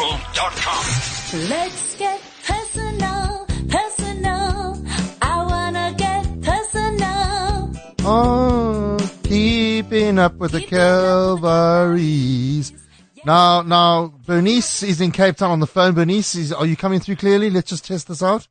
CliffCentral.com. Let's get personal, personal. I wanna get personal. Oh, keeping up with the Calvaries. Now, now, Bernice is in Cape Town on the phone. Bernice, is, are you coming through clearly? Let's just test this out.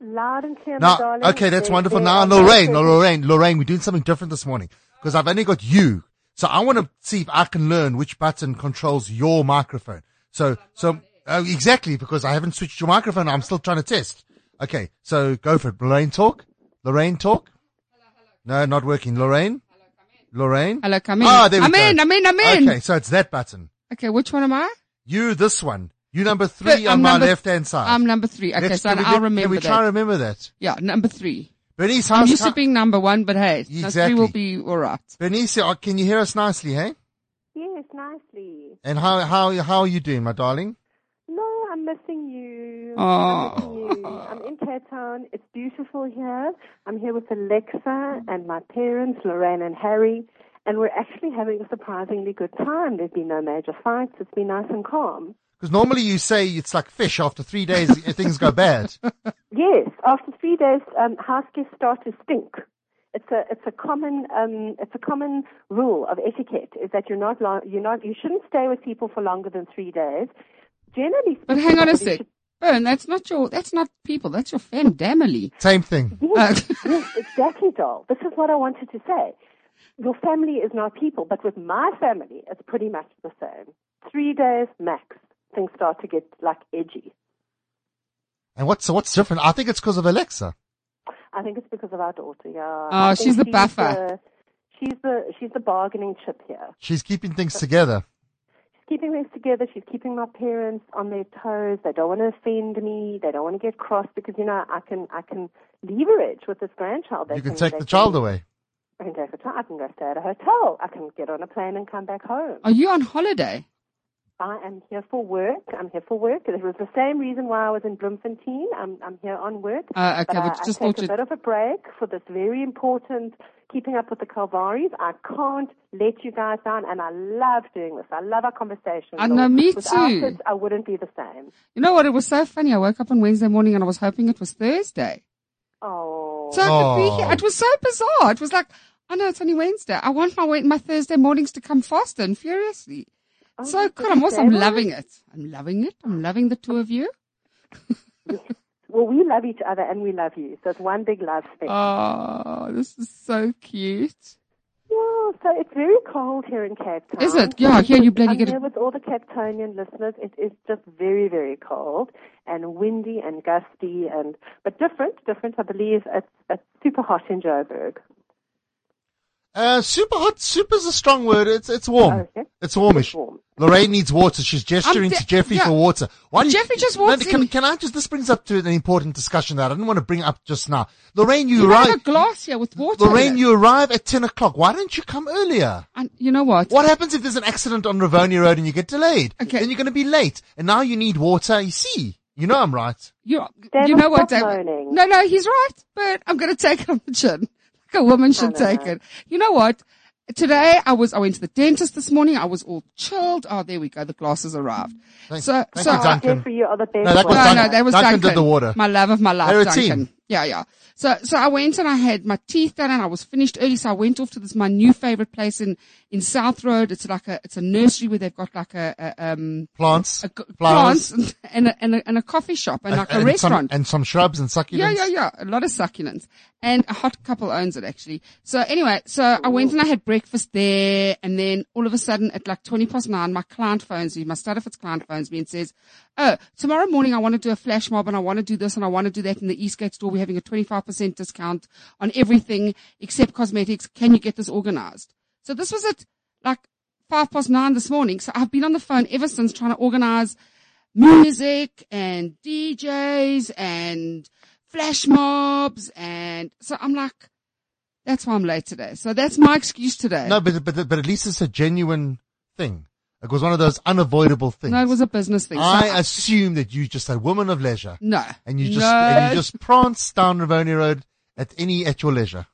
Loud and clear, my Now, darling. okay, that's They- wonderful. they Now, are Lorraine, messaging. now, Lorraine, Lorraine, we're doing something different this morning because I've only got you. So I want to see if I can learn which button controls your microphone. So, so, uh, exactly because I haven't switched your microphone. I'm still trying to test. Okay. So go for it. Lorraine, talk. Lorraine, talk. No, not working. Lorraine. Lorraine. Hello, come in. Ah, there we I'm go. in, I'm in, I'm in. Okay. So it's that button. Okay, which one am I? You, this one. You number three I'm on my number- left hand side. I'm number three. Okay, Let's- so can we- I'll remember Can we that. try and remember that? yeah, number three. Bernice, I'm how's, used to being number one, but hey, number Exactly. three will be all right. Bernice, uh, can you hear us nicely, hey? Yes, nicely. And how how how are you doing, my darling? No, I'm missing you. Oh. I'm missing you. I'm in Cape Town. It's beautiful here. I'm here with Alexa and my parents, Lorraine and Harry, and we're actually having a surprisingly good time. There's been no major fights. It's been nice and calm. Because normally you say it's like fish. After three days, i- things go bad. Yes, after three days, um, house guests start to stink. It's a it's a common um, it's a common rule of etiquette is that you're not lo- you're not you shouldn't stay with people for longer than three days. Generally, But hang on a speaking, sec. Burn, that's not your, that's not people, that's your fan family. Same thing. Yes, Uh, yes, exactly, doll. This is what I wanted to say. Your family is not people, but with my family, it's pretty much the same. Three days max, things start to get like edgy. And what's so what's different? I think it's because of Alexa. I think it's because of our daughter. Yeah. Oh, Ah, she's the buffer. she's the she's the bargaining chip here. She's keeping things together. She's keeping things together. She's keeping my parents on their toes. They don't want to offend me. They don't want to get cross because you know I can I can leverage with this grandchild. They You can they take the child away. I can take the child. I can go stay at a hotel. I can get on a plane and come back home. are you on holiday? I am here for work. I'm here for work. It was the same reason why I was in Bloemfontein. I'm, I'm here on work. Uh, okay, but I, but just I thought take a you- bit of a break for this very important keeping up with the Calvaries. I can't let you guys down, and I love doing this. I love our conversations. I know, me Without too. This, I wouldn't be the same. You know what? It was so funny. I woke up on Wednesday morning and I was hoping it was Thursday. Oh, So I could be Oh. here. It was so bizarre. It was like, I know it's only Wednesday. I want my Wed- my Thursday mornings to come faster and furiously. Oh, so that's good. I'm what also they I'm want. loving it. I'm loving it. I'm loving the two of you. well, we love each other, and we love you. So it's one big love thing. Oh, this is so cute. Yeah, so it's very cold here in Cape Town. Is it? Yeah, here you bloody I'm get it. here with all the Capetonian listeners. It is just very, very cold and windy and gusty and but different, different. I believe it's, it's super hot in Joburg. Uh, super hot. Super's a strong word. It's it's warm. Oh, Okay. It's warmish. It's warm. Lorraine needs water. She's gesturing I'm de- to Jeffrey yeah. for water. Why do you- Jeffrey just No, walks can, in. can I just? This brings up to an important discussion that I didn't want to bring up just now. Lorraine, you, You arrive. have a glass here with water. in Lorraine, it. you arrive at ten o'clock. Why don't you come earlier? And you know what? What happens if there's an accident on Ravonia Road and you get delayed? Okay. Then you're going to be late. And now you need water. You see, you know I'm right. You, David, you know what, stop David? moaning. No, no, he's right, but I'm going to take it on the chin. Like a woman should no, take no. it. You know what? Today I was, I went to the dentist this morning. I was all chilled. Oh, there we go. The glasses arrived. Thank- so, thank so you, Duncan. Jeffrey, you are the best. No, that was one. no, no, Duncan. that was Duncan Duncan. did the water. My love of my life, They're a team. Duncan. Yeah, yeah. So, so I went and I had my teeth done and I was finished early. So I went off to this, my new favorite place in, in South Road. It's like a, it's a nursery where they've got like a, a um, Plants, a g- flowers, plants and, and, a, and, a, and a coffee shop and, like a Some, restaurant. and some shrubs and succulents. Yeah, yeah, yeah. A lot of succulents. And a hot couple owns it actually. So anyway, so I went and I had breakfast there and then all of a sudden at like 20 past nine, my client phones me, my Stutterford's client phones me and says, Oh, tomorrow morning I want to do a flash mob and I want to do this and I want to do that in the Eastgate store. We're having a 25% discount on everything except cosmetics. Can you get this organized? So this was at like five past nine this morning. So I've been on the phone ever since trying to organize music and DJs and flash mobs and so I'm like, that's why I'm late today. So that's my excuse today. No, but, but, but at least it's a genuine thing. It was one of those unavoidable things. No, it was a business thing. So I assume that you just a woman of leisure no, and you just, no, and you just prance down Ravonia Road at any, at your leisure.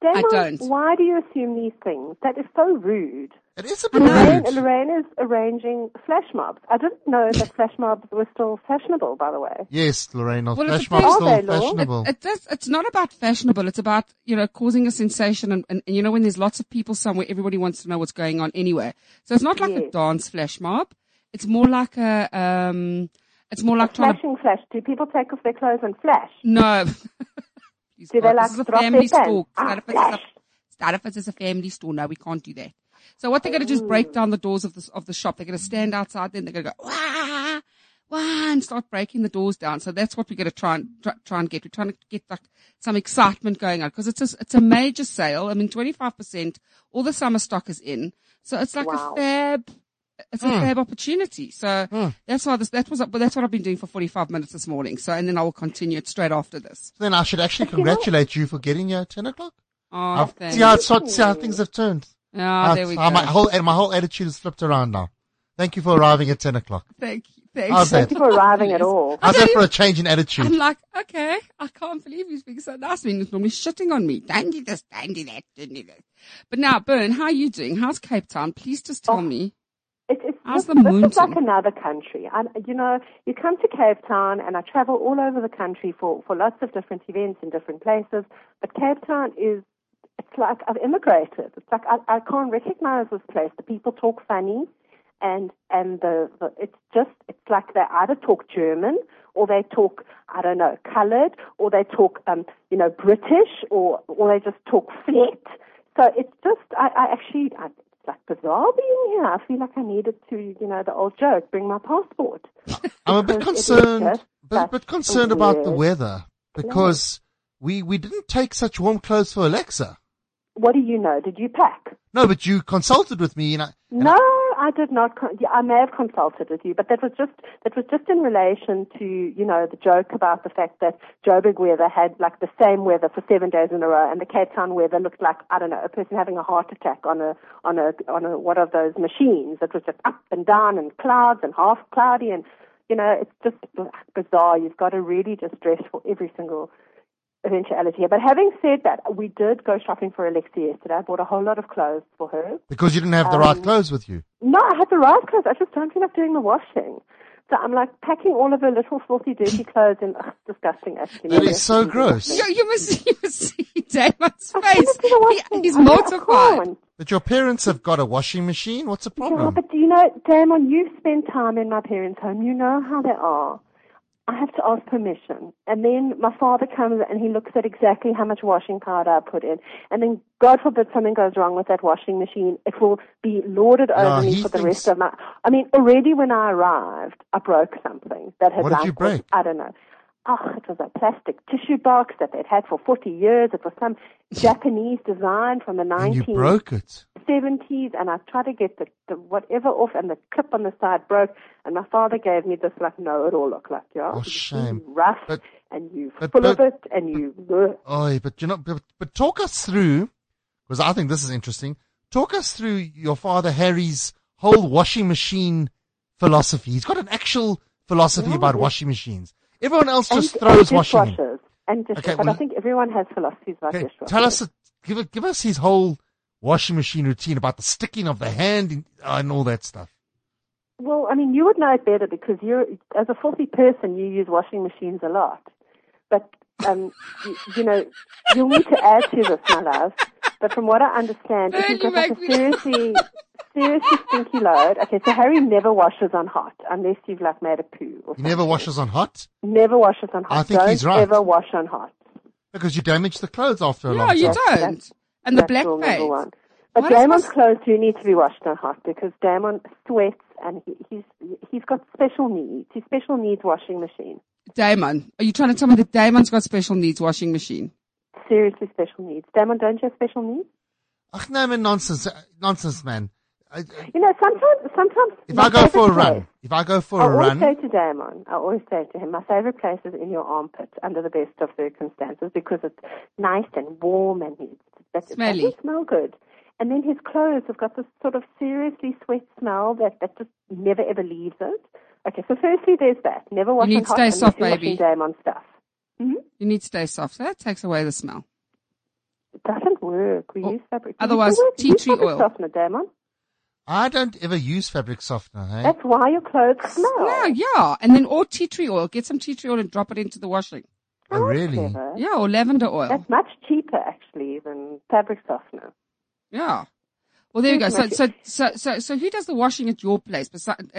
Damon, I don't. Why do you assume these things? That is so rude. It is a bit Lorraine, rude. Lorraine is arranging flash mobs. I didn't know that flash mobs were still fashionable, by the way. Yes, Lorraine, are Well, it's flash a mobs thing. Are still they, Lor? fashionable? It does, it's not about fashionable. It's about, you know, causing a sensation. And, and, and, you know, when there's lots of people somewhere, everybody wants to know what's going on anyway. So it's not like a Yes. dance flash mob. It's more like a, um, it's more like trying to, Flashing flash. Do people take off their clothes and flash? no. Please Do they God, like this is a drop their family pants? store. Ah, Starifus is a, flash. Starifus is a family store. No, we can't do that. So what they're going to do is Mm. break down the doors of the, of the shop. They're going to stand outside. Then they're going to go, wah, wah, and start breaking the doors down. So that's what we're going to try and, try, try and get. We're trying to get like some excitement going on because it's a, it's a major sale. I mean, 25%, all the summer stock is in. So it's like Wow. a fab, it's a Hmm. fab opportunity. So that's why this, that was, but that's what I've been doing for 45 minutes this morning. So, and then I will continue it straight after this. Then I should actually congratulate you for getting here at 10 o'clock. Oh, I've- thanks. see, how it's, sort- see how things have turned. Ah, Uh, there we uh, go. My whole, and my whole attitude is flipped around now. Thank you for arriving at 10 o'clock. Thank you. Thanks. How's that? Thank you for arriving at all. How's that for a change in attitude? I'm like, okay, I can't believe he's being so nice. I mean, he's normally shitting on me. Don't do this, don't do that, don't do this. But now, Bern, how are you doing? How's Cape Town? Please just tell Oh. me. It, it's How's this, the this is mountain? like another country. I, you know, you come to Cape Town, and I travel all over the country for, for lots of different events in different places. But Cape Town is, it's like I've immigrated. It's like I, I can't recognize this place. The people talk funny, and and the, the it's just it's like they either talk German or they talk I don't know coloured or they talk um, you know British or or they just talk flat. So it's just, I, I actually, I, it's like bizarre being here. I feel like I needed to, you know, the old joke, bring my passport. I'm a bit Because it is concerned, just but, such but a concerned about the weird weather because we, we didn't take such warm clothes for Alexa. What do you know? Did you pack? No, but you consulted with me and I, No, I did not. Con- yeah, I may have consulted with you, but that was just that was just in relation to you know the joke about the fact that Joburg weather had like the same weather for seven days in a row, and the Cape Town weather looked like I don't know a person having a heart attack on a on a on a one of those machines that was just up and down and clouds and half cloudy and you know it's just bizarre. You've got to really just dress for every single eventuality here. But having said that, we did go shopping for Alexia yesterday. I bought a whole lot of clothes for her. because you didn't have the right Um, clothes with you. No, I had the right clothes. I just don't feel like doing the washing. So I'm like packing all of her little filthy, dirty clothes in. Ugh, disgusting, actually. That Maybe is I so shouldn't do that. gross. You, you must, you must see Damon's I shouldn't face. do the washing. He, he's I know, I mortified. can't. But your parents have got a washing machine. What's the Yeah, problem? but do you know, Damon, you've spent time in my parents' home. You know how they are. I have to ask permission. And then my father comes and he looks at exactly how much washing powder I put in. And then, God forbid, something goes wrong with that washing machine. It will be lorded No, over he me for the thinks- rest of my. I mean, already when I arrived, I broke something that had What did like, you break? I don't know. Oh, it was a plastic tissue box that they'd had for 40 years. It was some Japanese design from the 19th And you broke it. seventies and I tried to get the, the whatever off and the clip on the side broke and my father gave me this like no it all look like yeah Oh, you shame. rough But- and you but- full of but- it and you ugh. Oh, but you know, but, but talk us through, because I think this is interesting. Talk us through your father Harry's whole washing machine philosophy. He's got an actual philosophy Yeah, about yeah. washing machines. Everyone else just and, throws and washing. in. dishwashers and dishwashers Okay, but well- I think everyone has philosophies about Okay, dishwashers tell us, give give us his whole washing machine routine about the sticking of the hand in, uh, and all that stuff. well I mean you would know it better because you're as a filthy person you use washing machines a lot but um you, you know you'll need to add to this my love but from what I understand Man, if you've you got like make a me- seriously seriously stinky load. Okay, so Harry never washes on hot unless you've like made a poo. Or He never something. washes on hot Never washes on hot. I think Don't he's right. ever wash on hot. because you damage the clothes after a No, long time. you don't. And the That's black rule number one. face. But Why does Damon's my- clothes do need to be washed on hot because Damon sweats and he, he's he's got special needs. His special needs washing machine. Damon, are you trying to tell me that Damon's got special needs washing machine? Seriously, special needs. Damon, don't you have special needs? Ach, no, man, nonsense, uh, nonsense, man. I, I- You know, sometimes sometimes. if my I go for a favorite run, place- if I go for I a always run, say to Damon, I always say to him, my favorite place is in your armpit under the best of circumstances because it's nice and warm and it, it doesn't Smelly. smell good. And then his clothes have got this sort of seriously sweat smell that, that just never ever leaves it. Okay, so firstly, there's that. Never washing need to hot stay unless soft, you're baby. washing Damon stuff. hmm You need to stay soft. That takes away the smell. It doesn't work. We Oh, use fabric. otherwise, we use tea tree fabric oil. softener, Damon. I don't ever use fabric softener. Hey? That's why your clothes smell. Yeah, yeah. And then all tea tree oil. Get some tea tree oil and drop it into the washing. Oh, really? Clever. Yeah, or lavender oil. That's much cheaper actually than fabric softener. Yeah. Well, there you go. So, so, so, so, so who does the washing at your place uh, besides,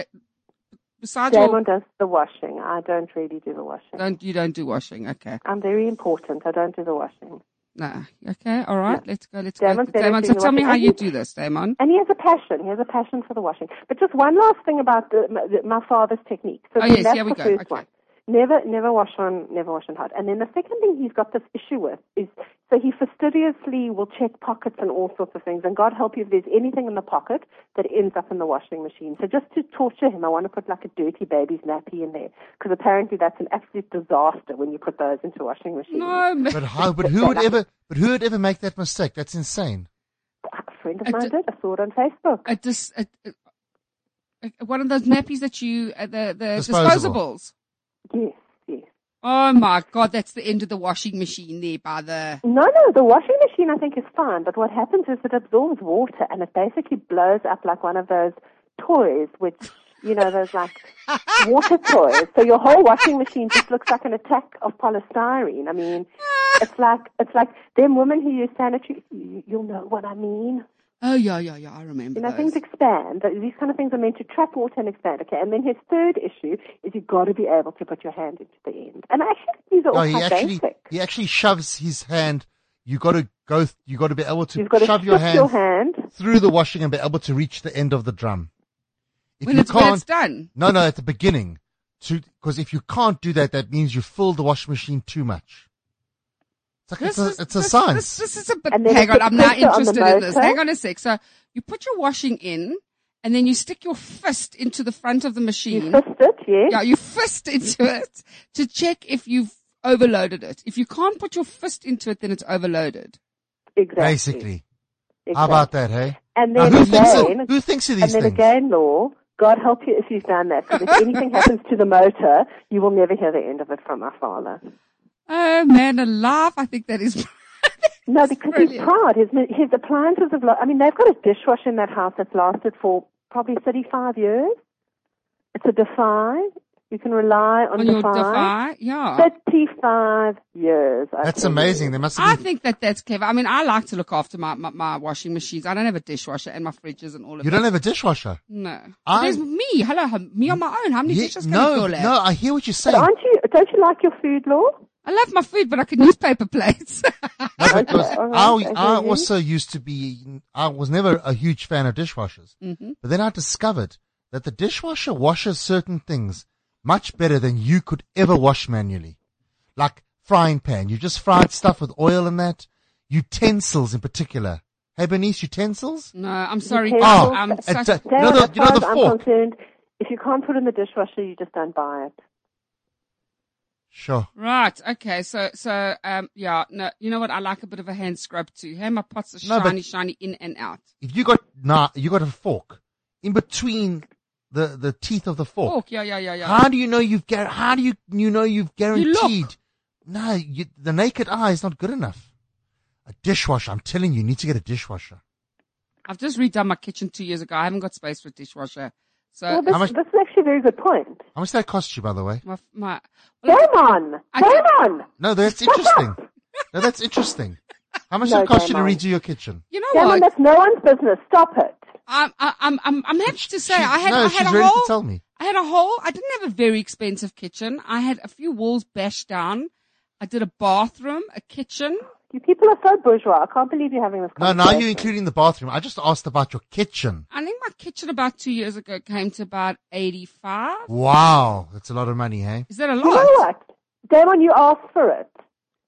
besides your, Damon does the washing. I don't really do the washing. don't, you don't do washing. Okay. I'm very important. I don't do the washing. No. Okay. All right. Let's go. Let's Damon's go. better Damon, at so doing tell me washing. how you do this, Damon. And he has a passion. He has a passion for the washing. But just one last thing about the, my, the- my father's technique. So Oh, then yes, that's here we the go. first Okay. one. Never, never wash on, never wash on hard. And then the second thing he's got this issue with is, so he fastidiously will check pockets and all sorts of things. And God help you if there's anything in the pocket that ends up in the washing machine. So just to torture him, I want to put like a dirty baby's nappy in there because apparently that's an absolute disaster when you put those into washing machines. No, man. But how? But who would ever? But who would ever make that mistake? That's insane. A friend I of mine d- did. I saw it on Facebook. a dis, a, a- a- one of those nappies that you, uh, the, the Disposable. disposables. Yes, yes. Oh my God. That's the end of the washing machine there by the, No, no, the washing machine I think is fine, but what happens is it absorbs water and it basically blows up like one of those toys which you know, those like water toys. So your whole washing machine just looks like an attack of polystyrene. I mean it's like it's like them women who use sanitary you, you'll know what I mean. oh yeah, yeah, yeah. I remember You know, those. things expand. These kind of things are meant to trap water and expand. Okay, and then his third issue is you've got to be able to put your hand into the end. And actually, these are all No, he quite actually Oh, basic. he actually shoves his hand. You got to go. th- You got to be able to You've got to shove stick your hand, your hand through the washing and be able to reach the end of the drum. If when you it's, when it's can't, done. no, no, at the beginning, to because if you can't do that, that means you fill the washing machine too much. It's like it's This a, is- it's a this- science. This, this is a bit. And then Hang it on, I'm puts now pressure on the interested in this. motor. Hang on a sec. So you put your washing in, and then you stick your fist into the front of the You machine. fist it, yes. Yeah, you fist into it to check if you've overloaded it. If you can't put your fist into it, then it's overloaded. Exactly. Basically, Exactly. how about that? Hey, And now then who thinks again, of, who thinks of and these then things? again, law. God help you if you've done that. Because if anything happens to the motor, you will never hear the end of it from my father. Oh man, alive! I think that is. No, because he's Brilliant. proud. His his appliances have. la- I mean, they've got a dishwasher in that house that's lasted for probably thirty five years. It's a Defy. You can rely on, on your defy. Yeah. Thirty five years. I That's tell you. amazing. There must I have been. think that that's clever. I mean, I like to look after my, my, my washing machines. I don't have a dishwasher and my fridges and all of You that. don't have a dishwasher. No. I- There's me. Hello, hum- me on my own. How many Ye- dishes can I no, fill in? no, I hear what you're But saying. aren't you? Don't you like your food, law? I love my food, but I could use paper plates. No, because Okay, all I, right, I okay. also used to be, I was never a huge fan of dishwashers. Mm-hmm. But then I discovered that the dishwasher washes certain things much better than you could ever wash manually. Like frying pan. You just fried stuff with oil and that. Utensils in particular. Hey Bernice, utensils? no, I'm sorry. Okay. Carl. Oh, I'm it's such, a- Darren, No, no, as you know far the as I'm fork. concerned, if you can't put it in the dishwasher, you just don't buy it. Sure. right. Okay. So, so, um, yeah. No, you know what? I like a bit of a hand scrub too. Hey, my pots are No, but- shiny, shiny in and out. If you got, nah, you got a fork in between the, the teeth of the Oh, yeah, yeah, yeah, yeah. How do you know you've gar- How do you you know you've guaranteed? No, you, the naked eye is not good enough. A dishwasher. I'm telling you, you need to get a dishwasher. I've just redone my kitchen two years ago. I haven't got space for a dishwasher. So, Well, this, Uh, how much- this is actually a very good point. How much that cost you, by the way? my, my, well, Damon! I Damon! No, that's interesting. no, that's interesting. How much No, did it cost you to Damon. redo your kitchen? you know Damon, what? that's no one's business. Stop it. I'm, I'm, I'm, I'm happy to say She- I had, no, I she's had a ready whole, to tell me. I had a whole, I didn't have a very expensive kitchen. I had a few walls bashed down. I did a bathroom, a kitchen. You people are so bourgeois. I can't believe you're having this No, conversation. now you're including the bathroom. I just asked about your kitchen. I think my kitchen about two years ago came to about 85. Wow, that's a lot of money, hey? Is that a You know lot? what? Damon, you asked for it.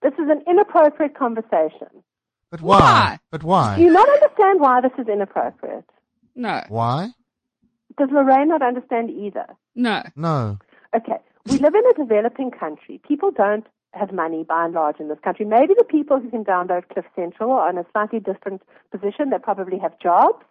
This is an inappropriate conversation. But why? Why? But Do why? you not understand why this is inappropriate? No, Why? Does Lorraine not understand either? no. No. Okay. We live in a developing country. People don't have money by and large in this country. Maybe the people who can download Cliff Central are in a slightly different position. They probably have jobs.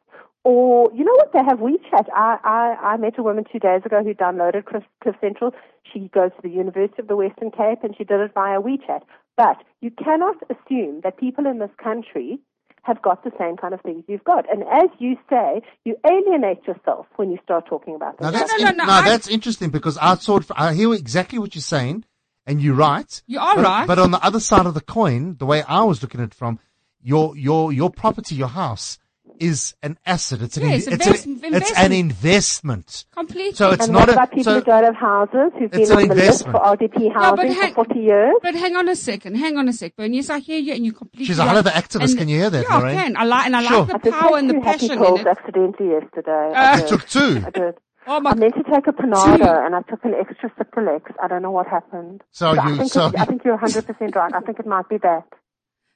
Or, you know what, they have WeChat. I, I, I met a woman two days ago who downloaded Cliff, Cliff Central. She goes to the University of the Western Cape and she did it via WeChat. But you cannot assume that people in this country have got the same kind of things you've got. And as you say, you alienate yourself when you start talking about Now them. that's, no, no, in- no, now, I'm- that's interesting because I sort of, I hear exactly what you're saying and you're right. You are but, right. But on the other side of the coin, the way I was looking at it from your, your, your property, your house is an asset. It's an, in- Yeah, it's a it's, vers- an it's investment. an investment. Completely. So it's And not what a, about people so, who don't have houses, who've It's been an on the list for investment. RDP housing hang- for 40 years? But hang on a second, hang on a sec, Bernie. Yes, I hear you, and you completely. She's a hell of an activist, can you hear that, Yeah, Lorraine? I can. I like and I Sure. like I the just had power and two the happy passion in calls it. accidentally yesterday. I Uh, Ah, you did. took two. I did. Oh I my! meant to take a Panado and I took an extra Ciprolex. I don't know what happened. So But you- I think, so- it- I think you're 100% right. I think it might be that.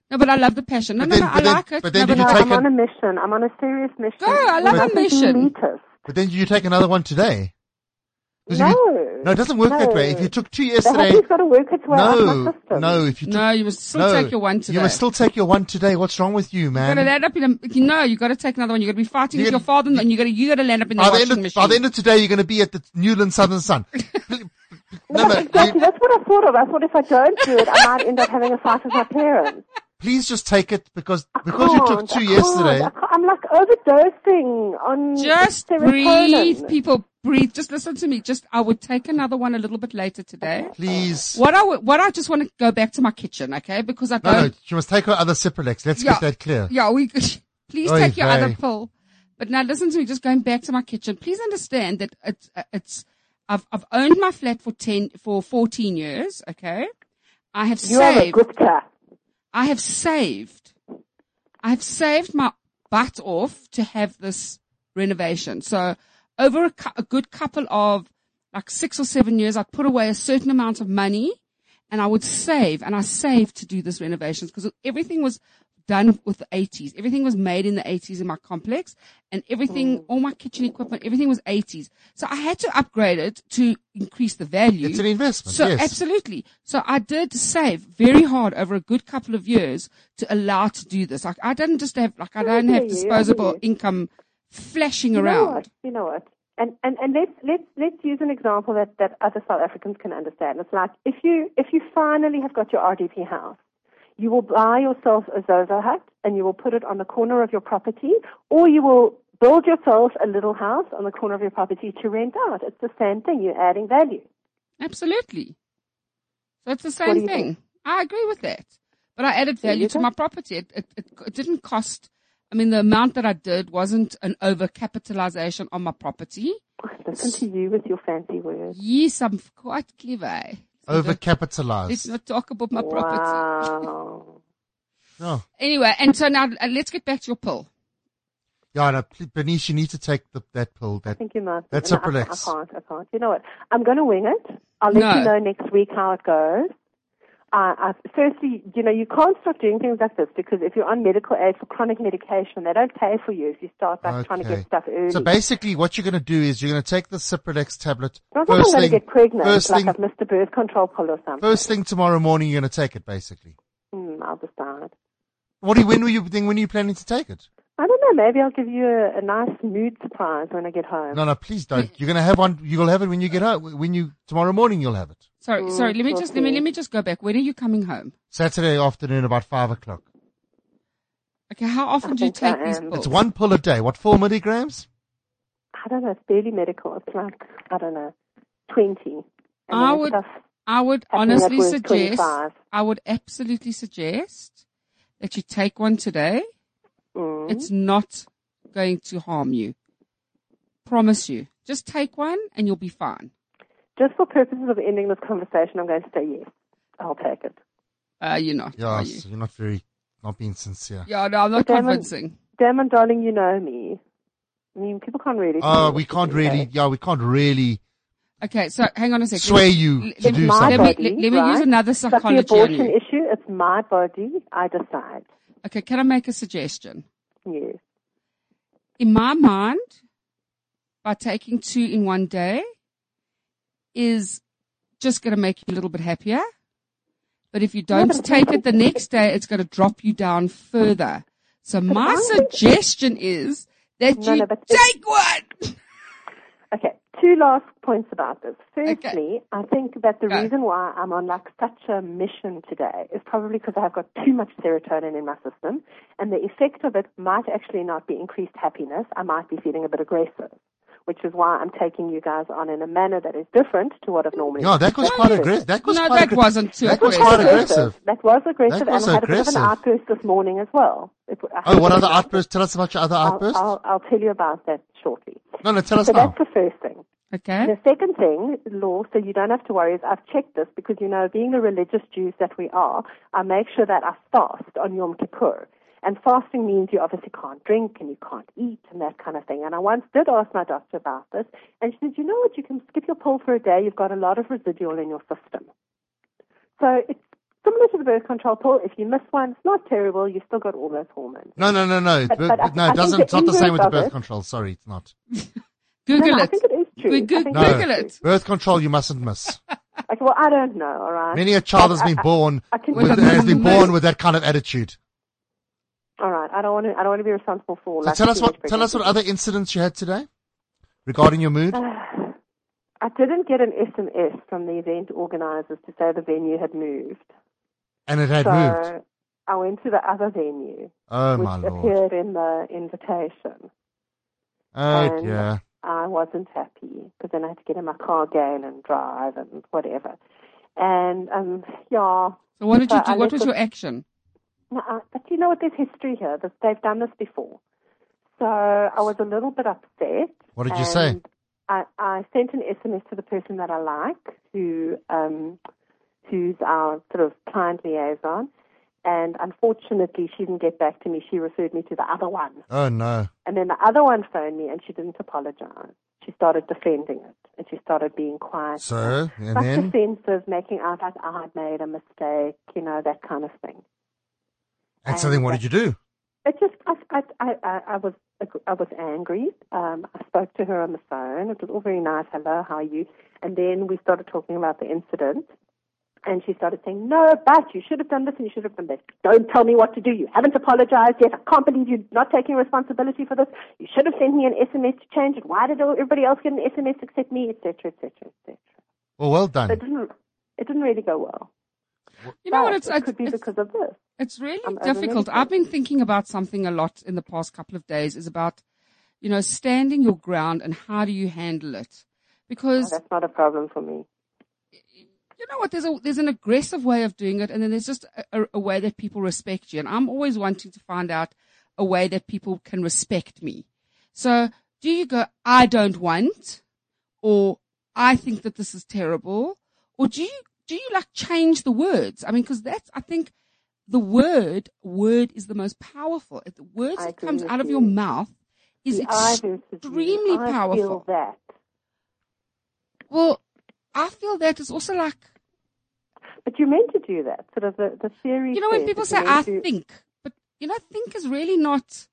No, but I love the passion. No, But no, then- no, I but then- like it. but then No, did but you No, I- take I'm a- on a mission. I'm on a serious mission. Go, I love a Nothing mission. elitist. But then you take another one today. 'Cause if No. you- no, it doesn't work that way. If you took two The yesterday, hobby's got to work its way out of my no, system. no, if you took, no, you must still no, take your one today. You must still take your one today. What's wrong with you, You're man? gonna land up in a, no, you gotta take another one. You're gonna be fighting You with gotta- your father, and you gotta you gotta land up in the by, the washing end of, machine. by the end of today, you're going to be at the Newland Southern Sun. No, but no, exactly. you- That's what I thought of. I thought if I don't do it, I might end up having a fight with my parents. Please just take it because I because you took can't. I two can't. yesterday. I can't. I'm like overdosing on just serotonin. breathe, people. Breathe. Just listen to me. Just I would take another one a little bit later today. Please, What I would, what I just want to go back to my kitchen, okay? Because I no, don't. Um, no. She must take her other Ciprolex. Let's Yeah. get that clear. Yeah, we could. Please Oy take your other vey. pill. But now listen to me, just going back to my kitchen. Please understand that it's, uh, it's, I've, I've owned my flat for 10, for 14 years, okay? I have You are a saved, Gupta. I have saved, I have saved my butt off to have this renovation. So over a, cou- a good couple of like six or seven years, I put away a certain amount of money and I would save and I saved to do this renovations because everything was done with the 80s. Everything was made in the 80s in my complex and everything, Oh. all my kitchen equipment, everything was 80s. So I had to upgrade it to increase the value. It's an investment. So yes. absolutely. So I did save very hard over a good couple of years to allow to do this. Like I didn't just have, like I don't have Oh, yeah, disposable yeah. income flashing You know around. what? You know what? And and and let's let's let's use an example that that other South Africans can understand. It's like if you if you finally have got your RDP house. You will buy yourself a Zozo hut and you will put it on the corner of your property, or you will build yourself a little house on the corner of your property to rent out. It's the same thing. You're adding value. Absolutely. So it's the What do same you thing. think? I agree with that. But I added There value you to go. my property. It, it, it, it didn't cost, I mean, the amount that I did wasn't an overcapitalization on my property. Listen to you with your fancy words. Yes, I'm quite clever. eh? Let's Overcapitalized. not talk about my property. Wow. Oh. Anyway, and so now uh, let's get back to your pill. Yeah, no, pl- Bernice, you need to take the, that pill. I That think you must. That's No, a relax. I, I can't. I can't. You know what? I'm going to wing it. I'll let you No. know next week how it goes. Uh, I, firstly, you know, you can't stop doing things like this because if you're on medical aid for chronic medication, they don't pay for you if you start like trying to Okay. get stuff early. so basically, what you're going to do is you're going to take the Ciprolex tablet. not that I'm First going to thing, get pregnant, first like thing, I've missed a birth control pill or something. first thing tomorrow morning, you're going to take it. Basically, Hmm, I'll decide. what do you, when were you when were you planning to take it? I don't know. Maybe I'll give you a, a nice mood surprise when I get home. No, no, please don't. You're gonna have one. You'll have it when you get out. When you tomorrow morning, you'll have it. Sorry, Mm, sorry. Let me just let me okay. let me just go back. When are you coming home? Saturday afternoon, about five o'clock. Okay, how often do you think I take these am. pills? It's one pill a day. What four milligrams? I don't know. It's barely medical. It's like I don't know, twenty. And then I it's would- stuff- I would I think honestly that was suggest, 25. I would absolutely suggest that you take one today. Mm. It's not going to harm you. Promise you. Just take one and you'll be fine. Just for purposes of ending this conversation, I'm going to say yes. I'll take it. Uh, you're not. Yeah, Are so you? you're not very, not being sincere. Yeah, no, I'm not But Damon- convincing. Damon, darling, you know me. I mean, people can't really. tell Uh, me we what to can't do, really. eh? Yeah, we can't really Okay, so hang on a second. sway you to Let me- do My Let me, something. body, let, let me use right? another It's like psychology the on abortion you. issue. It's my body. I decide. Okay, can I make a suggestion? Yes. in my mind, by taking two in one day is just going to make you a little bit happier. But if you don't but- take it the next day, it's going to drop you down further. So my I think- suggestion is that No, you no, but- take one. Okay, two last points about this. Firstly, Okay. I think that the Go. reason why I'm on like such a mission today is probably because I've got too much serotonin in my system, and the effect of it might actually not be increased happiness. I might be feeling a bit aggressive, which is why I'm taking you guys on in a manner that is different to what I've normally. Yeah, that was quite aggressive. That was No, quite that aggr- wasn't too That was aggressive. quite aggressive. That was aggressive, That was and I had a bit of an aggressive. outburst this morning as well. It- I Oh, what had- other outbursts? Tell us about your other I'll, outbursts. I'll, I'll tell you about that shortly. no, no, tell us So now. that's the first thing. Okay. The second thing, law, so you don't have to worry, is I've checked this because, you know, being the religious Jews that we are, I make sure that I fast on Yom Kippur. And fasting means you obviously can't drink and you can't eat and that kind of thing. And I once did ask my doctor about this, and she said, you know what, you can skip your pill for a day, you've got a lot of residual in your system. So it's similar to the birth control pill. If you miss one, it's not terrible, you've still got all those hormones. No, no, no, no. But- But- but but I- no, I it think doesn't. the It's not the same with the inverse of birth it- control. Sorry, it's not. Google No, no, it. I think it is true. We I go- think No, Google it is it. birth control you mustn't miss. true. Okay, well, I don't know, all right? Many a child has I- been I- born I can- with, With a has been miss. born with that kind of attitude. All right, I don't want to. I don't want to be responsible for. all So like, tell us teenage what tell us what pregnancies. other incidents you had today regarding your Uh, mood. I didn't get an SMS from the event organisers to say the venue had moved. And it had so moved. I went to the other venue, Oh which my lord. appeared in the invitation. Oh and dear. I wasn't happy because then I had to get in my car again and drive and whatever. And um, yeah, So what did you So I do? What looked was at- your action? No, I- uh, but you know what? There's history here. That they've done this before. So I was a little bit upset. What did you say? and I, I sent an SMS to the person that I like, who um, who's our sort of client liaison, and unfortunately she didn't get back to me. She referred me to the other one, Oh no. and then the other one phoned me, and she didn't apologize. She started defending it, and she started being quiet. So and Such then defensive, making out like I had made a mistake, you know, that kind of thing. and so then what did you do? It just, I, I, I, I- I was, I was angry. Um, I spoke to her on the phone. It was all very nice. Hello, how are you? And then we started talking about the incident. And she started saying, no, but you should have done this and you should have done that. Don't tell me what to do. You haven't apologized yet. I can't believe you're not taking responsibility for this. You should have sent me an SMS to change it. Why did everybody else get an SMS except me, et cetera, et cetera, et cetera. Well well So it done. didn't, it didn't really go well. You know what? But It's it could be it's- because of this. It's really I'm overwhelmed. difficult. I've been thinking about something a lot in the past couple of days is about, you know, standing your ground and how do you handle it? Because That's not a problem for me. you know what? There's a there's an aggressive way of doing it, and then there's just a, a, a way that people respect you. And I'm always wanting to find out a way that people can respect me. So do you go? I don't want, or I think that this is terrible, or do you do you like change the words? I mean, because that's I think the word word is the most powerful. The words I that agree comes with out of you. your mouth is The eye versus you. extremely I powerful. Feel that. Well, I feel that it's also like But you're meant to do that. Sort of the, the theory. You know, when says people that say you're I meant to- think, but you know, think is really not,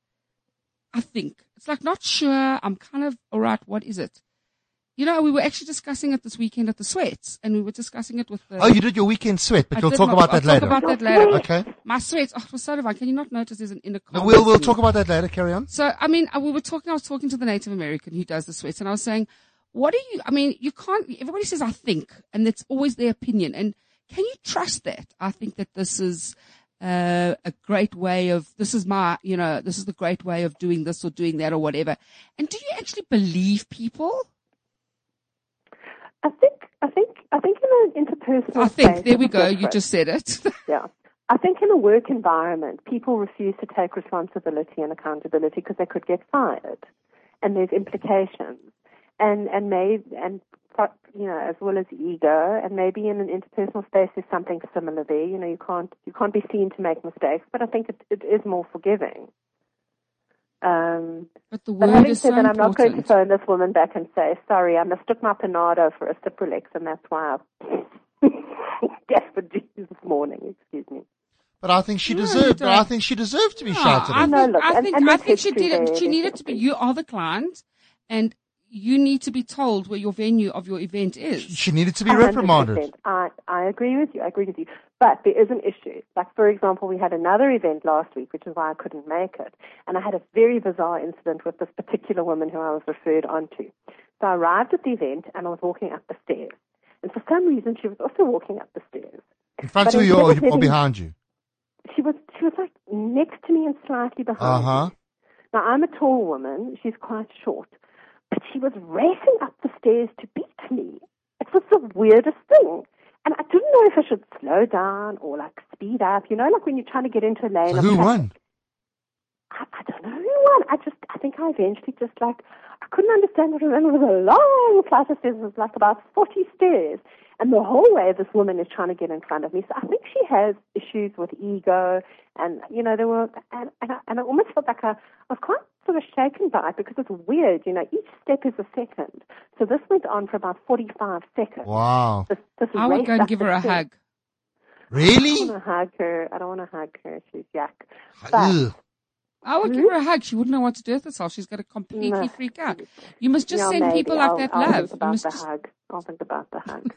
I think. It's like not sure. I'm kind of, all right, what is it? You know, we were actually discussing it this weekend at the sweats and we were discussing it with the. Oh you did your weekend sweat, but I you'll did talk my- about I'll that later. Talk about that later. Okay. My sweats. Oh, well, Sullivan, can you not notice there's an inner No, calm we'll we'll listening? talk about that later, carry on. So, I mean, uh, we were talking, I was talking to the Native American who does the sweats and I was saying, what do you, I mean, you can't, everybody says, I think, and that's always their opinion. And can you trust that? I think that this is uh, a great way of, this is my, you know, this is the great way of doing this or doing that or whatever. And do you actually believe people? I think. I think. I think in an interpersonal. I think, space, there we it's go. You different. just said it. Yeah. I think in a work environment, people refuse to take responsibility and accountability because they could get fired, and there's implications, and and may and you know as well as ego, and maybe in an interpersonal space there's something similar there. You know, you can't you can't be seen to make mistakes, but I think it, it is more forgiving. Um, but the but word having is so said that, I'm not going to phone important. this woman back and say, sorry, I mistook my Panado for a Ciprolex, and that's why I desperate this morning. Excuse me. But I think she No, you deserved but I don't. think she deserved to be No, shouted I at. No, think, look, I and- think, and I that's think she history did it. there, She needed that's to be. history. You are the client, and you need to be told where your venue of your event is. She needed to be 100%. reprimanded. I, I agree with you. I agree with you. But there is an issue. Like, for example, we had another event last week, which is why I couldn't make it. And I had a very bizarre incident with this particular woman who I was referred on to. So I arrived at the event and I was walking up the stairs. And for some reason, she was also walking up the stairs. In front But of it's you or, never or been- behind you? She was she was like next to me and slightly Uh behind. me. huh. Now I'm a tall woman. She's quite short, but she was racing up the stairs to beat me. It was the weirdest thing. And I didn't know if I should slow down or like speed up. You know, like when you're trying to get into a lane. So of who traffic. won? I, I don't know who won. I just, I think I eventually just like, I couldn't understand what it was. It was a long flight of stairs. It was like about 40 stairs. And the whole way this woman is trying to get in front of me. So I think she has issues with ego. And, you know, there were, and, and, I, and I almost felt like I, I was quite sort of shaken by it because it's weird. You know, each step is a second. So this went on for about 45 seconds. Wow. This, this I would race go and up give the her a stairs. hug. I don't Really? want to hug her. I don't want to hug her. She's yuck. But, Ugh. I would give her a hug. She wouldn't know what to do with herself. She's going to completely Hmm? No. freak out. You must just Yeah, send maybe. people like I'll, that I'll love. Think You about must the just, hug. I'll think about the hug.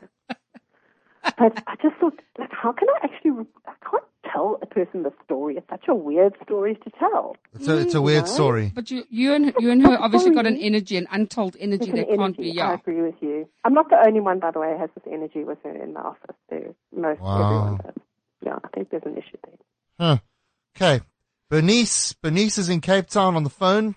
but I just thought, like, how can I actually? I can't tell a person the story. It's such a weird story to tell. It's a, it's a weird No. story. but you, you and you and her obviously got an Sorry. energy, an untold It's energy an that Oh, energy. can't be. I Yeah, agree with you. I'm not the only one, by the way, who has this energy with her in the office. Too. Most Wow. everyone does. Yeah, I think there's an issue there. Huh. Okay. Bernice. Bernice is in Cape Town on the phone.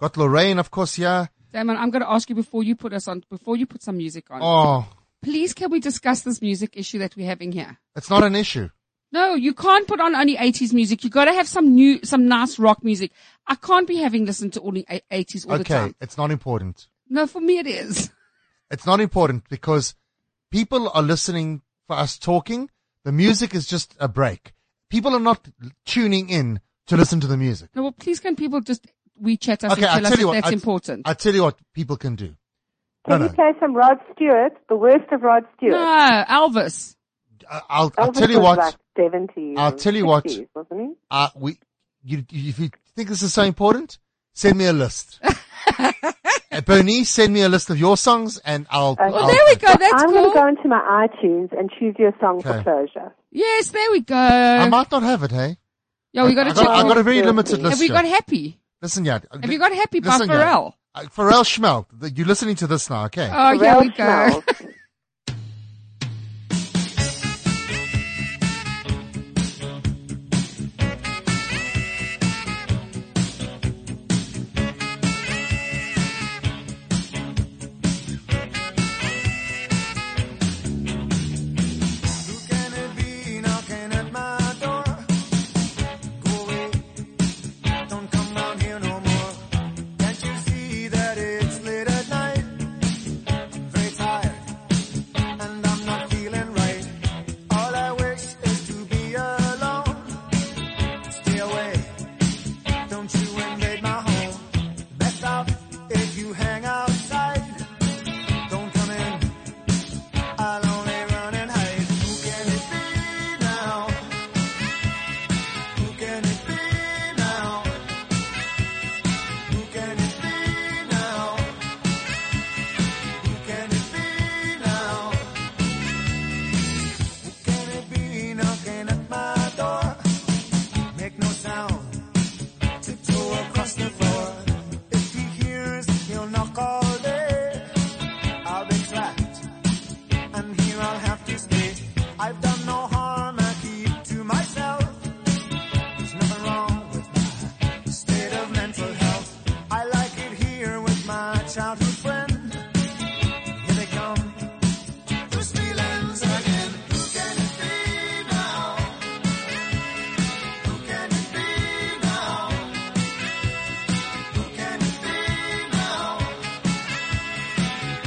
Got Lorraine, of course, yeah. Damon, I'm going to ask you before you put us on, before you put some music on. Oh, Please, can we discuss this music issue that we're having here? it's not an issue. No, you can't put on only 80s music. You gotta have some new, some nice rock music. I can't be having listened to only eight- 80s all the Okay. time. It's not important. No, for me it is. It's not important because people are listening for us talking. The music is just a break. People are not tuning in to listen to the music. No, well please can people just WeChat us Okay, I'll and tell us tell you if what, that's I'll- important. I tell you what people can do. Can No, you no. play some Rod Stewart, the worst of Rod Stewart? no, Elvis. I- I'll, I'll Elvis tell you was what. like 70s I'll and tell you what. 60s, wasn't he? Uh, we, you, you- if you think this is so important, send me a list. Uh, Bernice, send me a list of your songs and I'll. Okay. Well, I'll- Oh, there we go. That's I'm cool. going to go into my iTunes and choose your song Okay. for closure. Yes, there we go. I might not have it, hey? yeah, we gotta I check. got, I got a very Have limited we have list. we here. got happy? Listen, yeah. Have you got happy by Listen, yeah. Pharrell? Uh, Pharrell Schmelt. The- You're listening to this now, okay? Oh, here Pharrell we go. Schmelz. Who can it be knocking at my door? Go away, don't come down here no more. Can't you see that it's late at night? I'm very tired, and I'm not feeling right. All I wish is to be alone. Stay away, don't you invade my home. Best out if you hang outside. Don't come in. I'll only run and hide. Who can it be now? Who can it be now? Who can it be now? Who can it be now? Who can it be knocking at my door? Make no sound. Tiptoe across the floor. If he hears, he'll knock all day. I'll be trapped and here I'll have to stay. I've done no harm, I keep to myself. There's nothing wrong with my state of mental health. I like it here with my childhood friend. Here they come. Those feelings again. Who can it be now? Who can it be now? Who can it be now?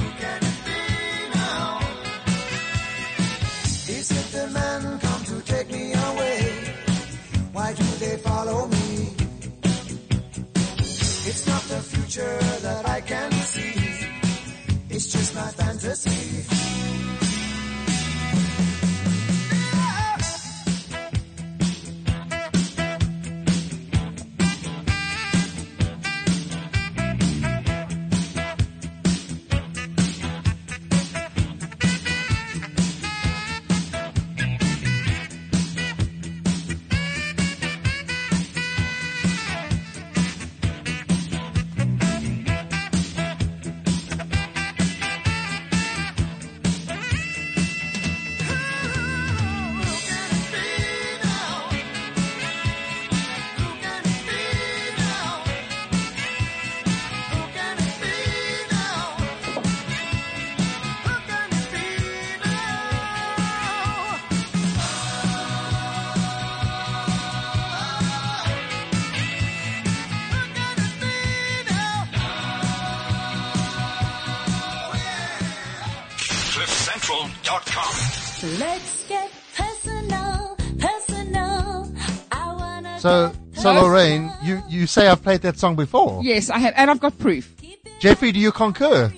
Who can it be now? Is it the man come to take me away? Why do they follow me? It's not the future that I can see. It's just my fantasy. Who CliffCentral.com. Let's get personal, personal. I wanna So, get so Yes. Lorraine, you, you say I've played that song before. Yes, I have, and I've got proof. Jeffrey, do you concur?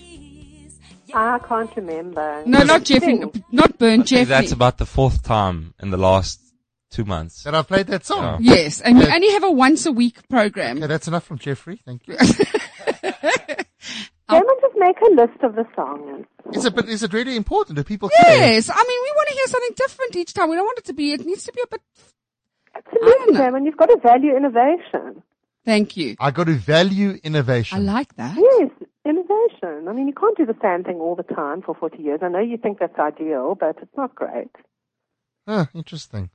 I can't remember. No, not Jeffrey, Sing. not Burn, I think Jeffrey. that's about the fourth time in the last two months. That I've played that song. yes, and we only have a once a week program. Okay, that's enough from Jeffrey. Thank you. Can we just make a list of the songs? Is it, but is it really important? Do people care? Yes, I mean, we want to hear something different each time. We don't want it to be, it needs to be a bit, Absolutely, know. Damon. You've got to value innovation. thank you. I got to value innovation. I like that. Yes, innovation. I mean, you can't do the same thing all the time for 40 years. I know you think that's ideal, but it's not great. Huh, interesting.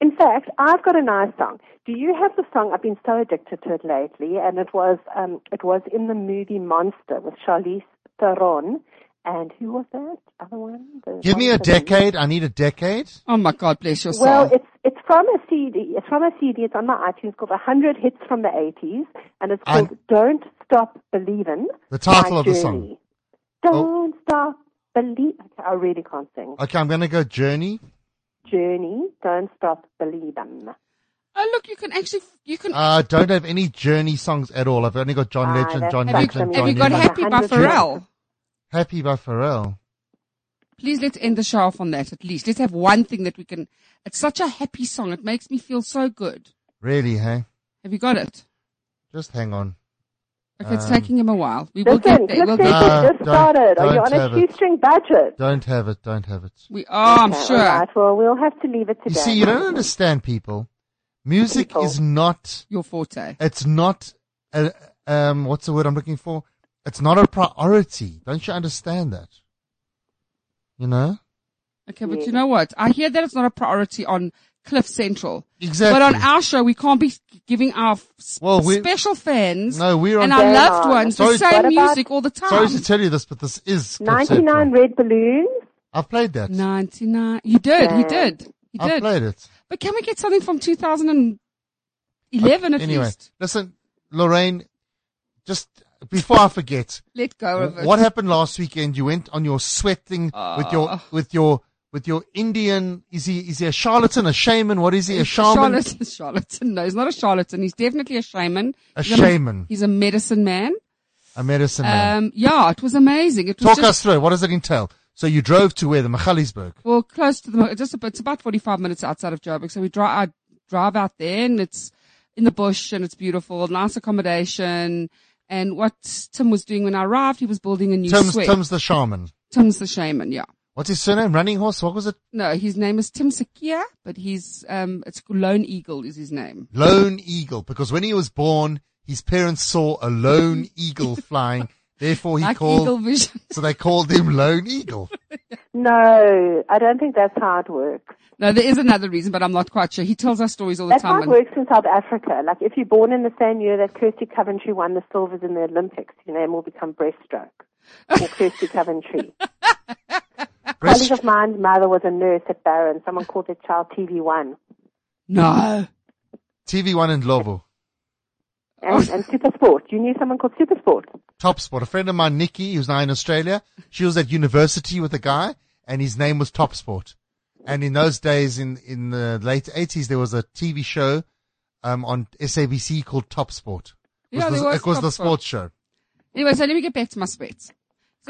In fact, I've got a nice song. Do you have the song? I've been so addicted to it lately, and it was um, it was in the movie Monster with Charlize Theron, and who was that other one? The Give me a Monster movie. decade. I need a decade. Oh my God, bless your soul. Well, it's it's from a CD. It's from a CD. It's on my iTunes called "100 Hits from the 80s," and it's And- called "Don't Stop Believin'." The title by of the Journey. song. Oh. Don't stop believe. Okay, I really can't sing. Okay, I'm going to go Journey. Journey. Don't stop believin'. oh look, you can actually, you can, Uh, don't have any Journey songs at all. I've only got John Ah, Legend, that's John Have you- Legend, have Johnny you, have John you got Legend. Newman. Happy by 100 Pharrell? Happy by Pharrell. Please let's end the show off on that at least. Let's have one thing that we can, it's such a happy song. It makes me feel so good. Really, hey? Have you got it? Just hang on. Okay, it's Um, taking him a while. We will Listen, get Cliff there. We'll Central get Central- there. No, just don't- started. Are you don't on a have it. shoestring budget? Don't have it. Don't have it. We are, Oh, I'm Okay, sure. All right. Well, we'll have to leave it You today. see, you don't understand people. Music People. is not, Your forte. it's not, a, um, what's the word I'm looking for? It's not a priority. Don't you understand that? You know? Okay, but Yeah. you know what? I hear that it's not a priority on Cliff Central. Exactly. But on our show, we can't be giving our s- Well, we- special fans No, we're on. and our Damn. loved ones Sorry- the same What about- music all the time. Sorry to tell you this, but this is Cliff 99 Central. red balloons. I've played that. 99. You did, you did. You I've did. played it. But can we get something from 2011 at anyway, least? listen, Lorraine, just before I forget, Let go of it. what happened last weekend? You went on your sweat thing with your Ah. with your with your Indian. Is he is he a charlatan? A shaman? What is he? A shaman? Charlatan, charlatan. No, he's not a charlatan. He's definitely a shaman. A He's shaman. he's a medicine man. A medicine man. Um, yeah, it was amazing. It was Talk just, us through. it. What does it entail? So you drove to where the Michalisburg. Well, close to the, just a bit, it's about 45 minutes outside of Joburg. So we drive, I drive out there and it's in the bush and it's beautiful, nice accommodation. And what Tim was doing when I arrived, he was building a new Tim's sweat. Tim's the shaman. Tim's the shaman, yeah. What's his surname? Running horse. What was it? No, his name is Tim Sakia, but he's, um, it's Lone Eagle is his name. Lone eagle. Because when he was born, his parents saw a lone eagle flying. Therefore, he like called. Eagle Vision. So they called him Lone Eagle. No, I don't think that's how it works. no, there is another reason, but I'm not quite sure. He tells us stories all the That's how time. it and- works in South Africa. Like if you're born in the same year that Kirsty Coventry won the silvers in the Olympics, your name will become breaststroke or Kirsty Coventry. Colleague of mine's mother was a nurse at Barron. Someone called their child TV1. no. TV1 in Lobo. Oh. And, and Supersport. You knew someone called Supersport. Top Sport. A friend of mine, Nikki, who's now in Australia, she was at university with a guy and his name was Top Sport. And in those days, in, in the late 80s, there was a TV show um, on SABC called Top Sport. It was Yeah, the, there was it was Top the Sport. sports show. Anyway, so let me get back to my sweats. So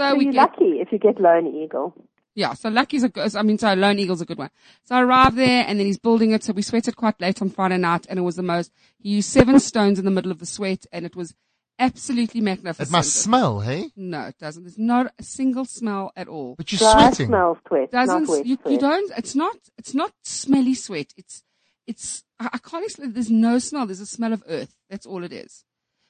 So we you're get, lucky if you get Lone Eagle. Yeah, so Lucky's a good, I mean, so Lone Eagle's a good one. So I arrived there and then he's building it. So we sweated quite late on Friday night and it was the most, he used seven stones in the middle of the sweat and it was absolutely magnificent. It must smell, hey? No, it doesn't. There's not a single smell at all. But you're Dry sweating. smells sweat, doesn't, not wet you, sweat. you don't, it's not, it's not smelly sweat. It's, it's, I, I can't explain, there's no smell. There's a smell of earth. That's all it is.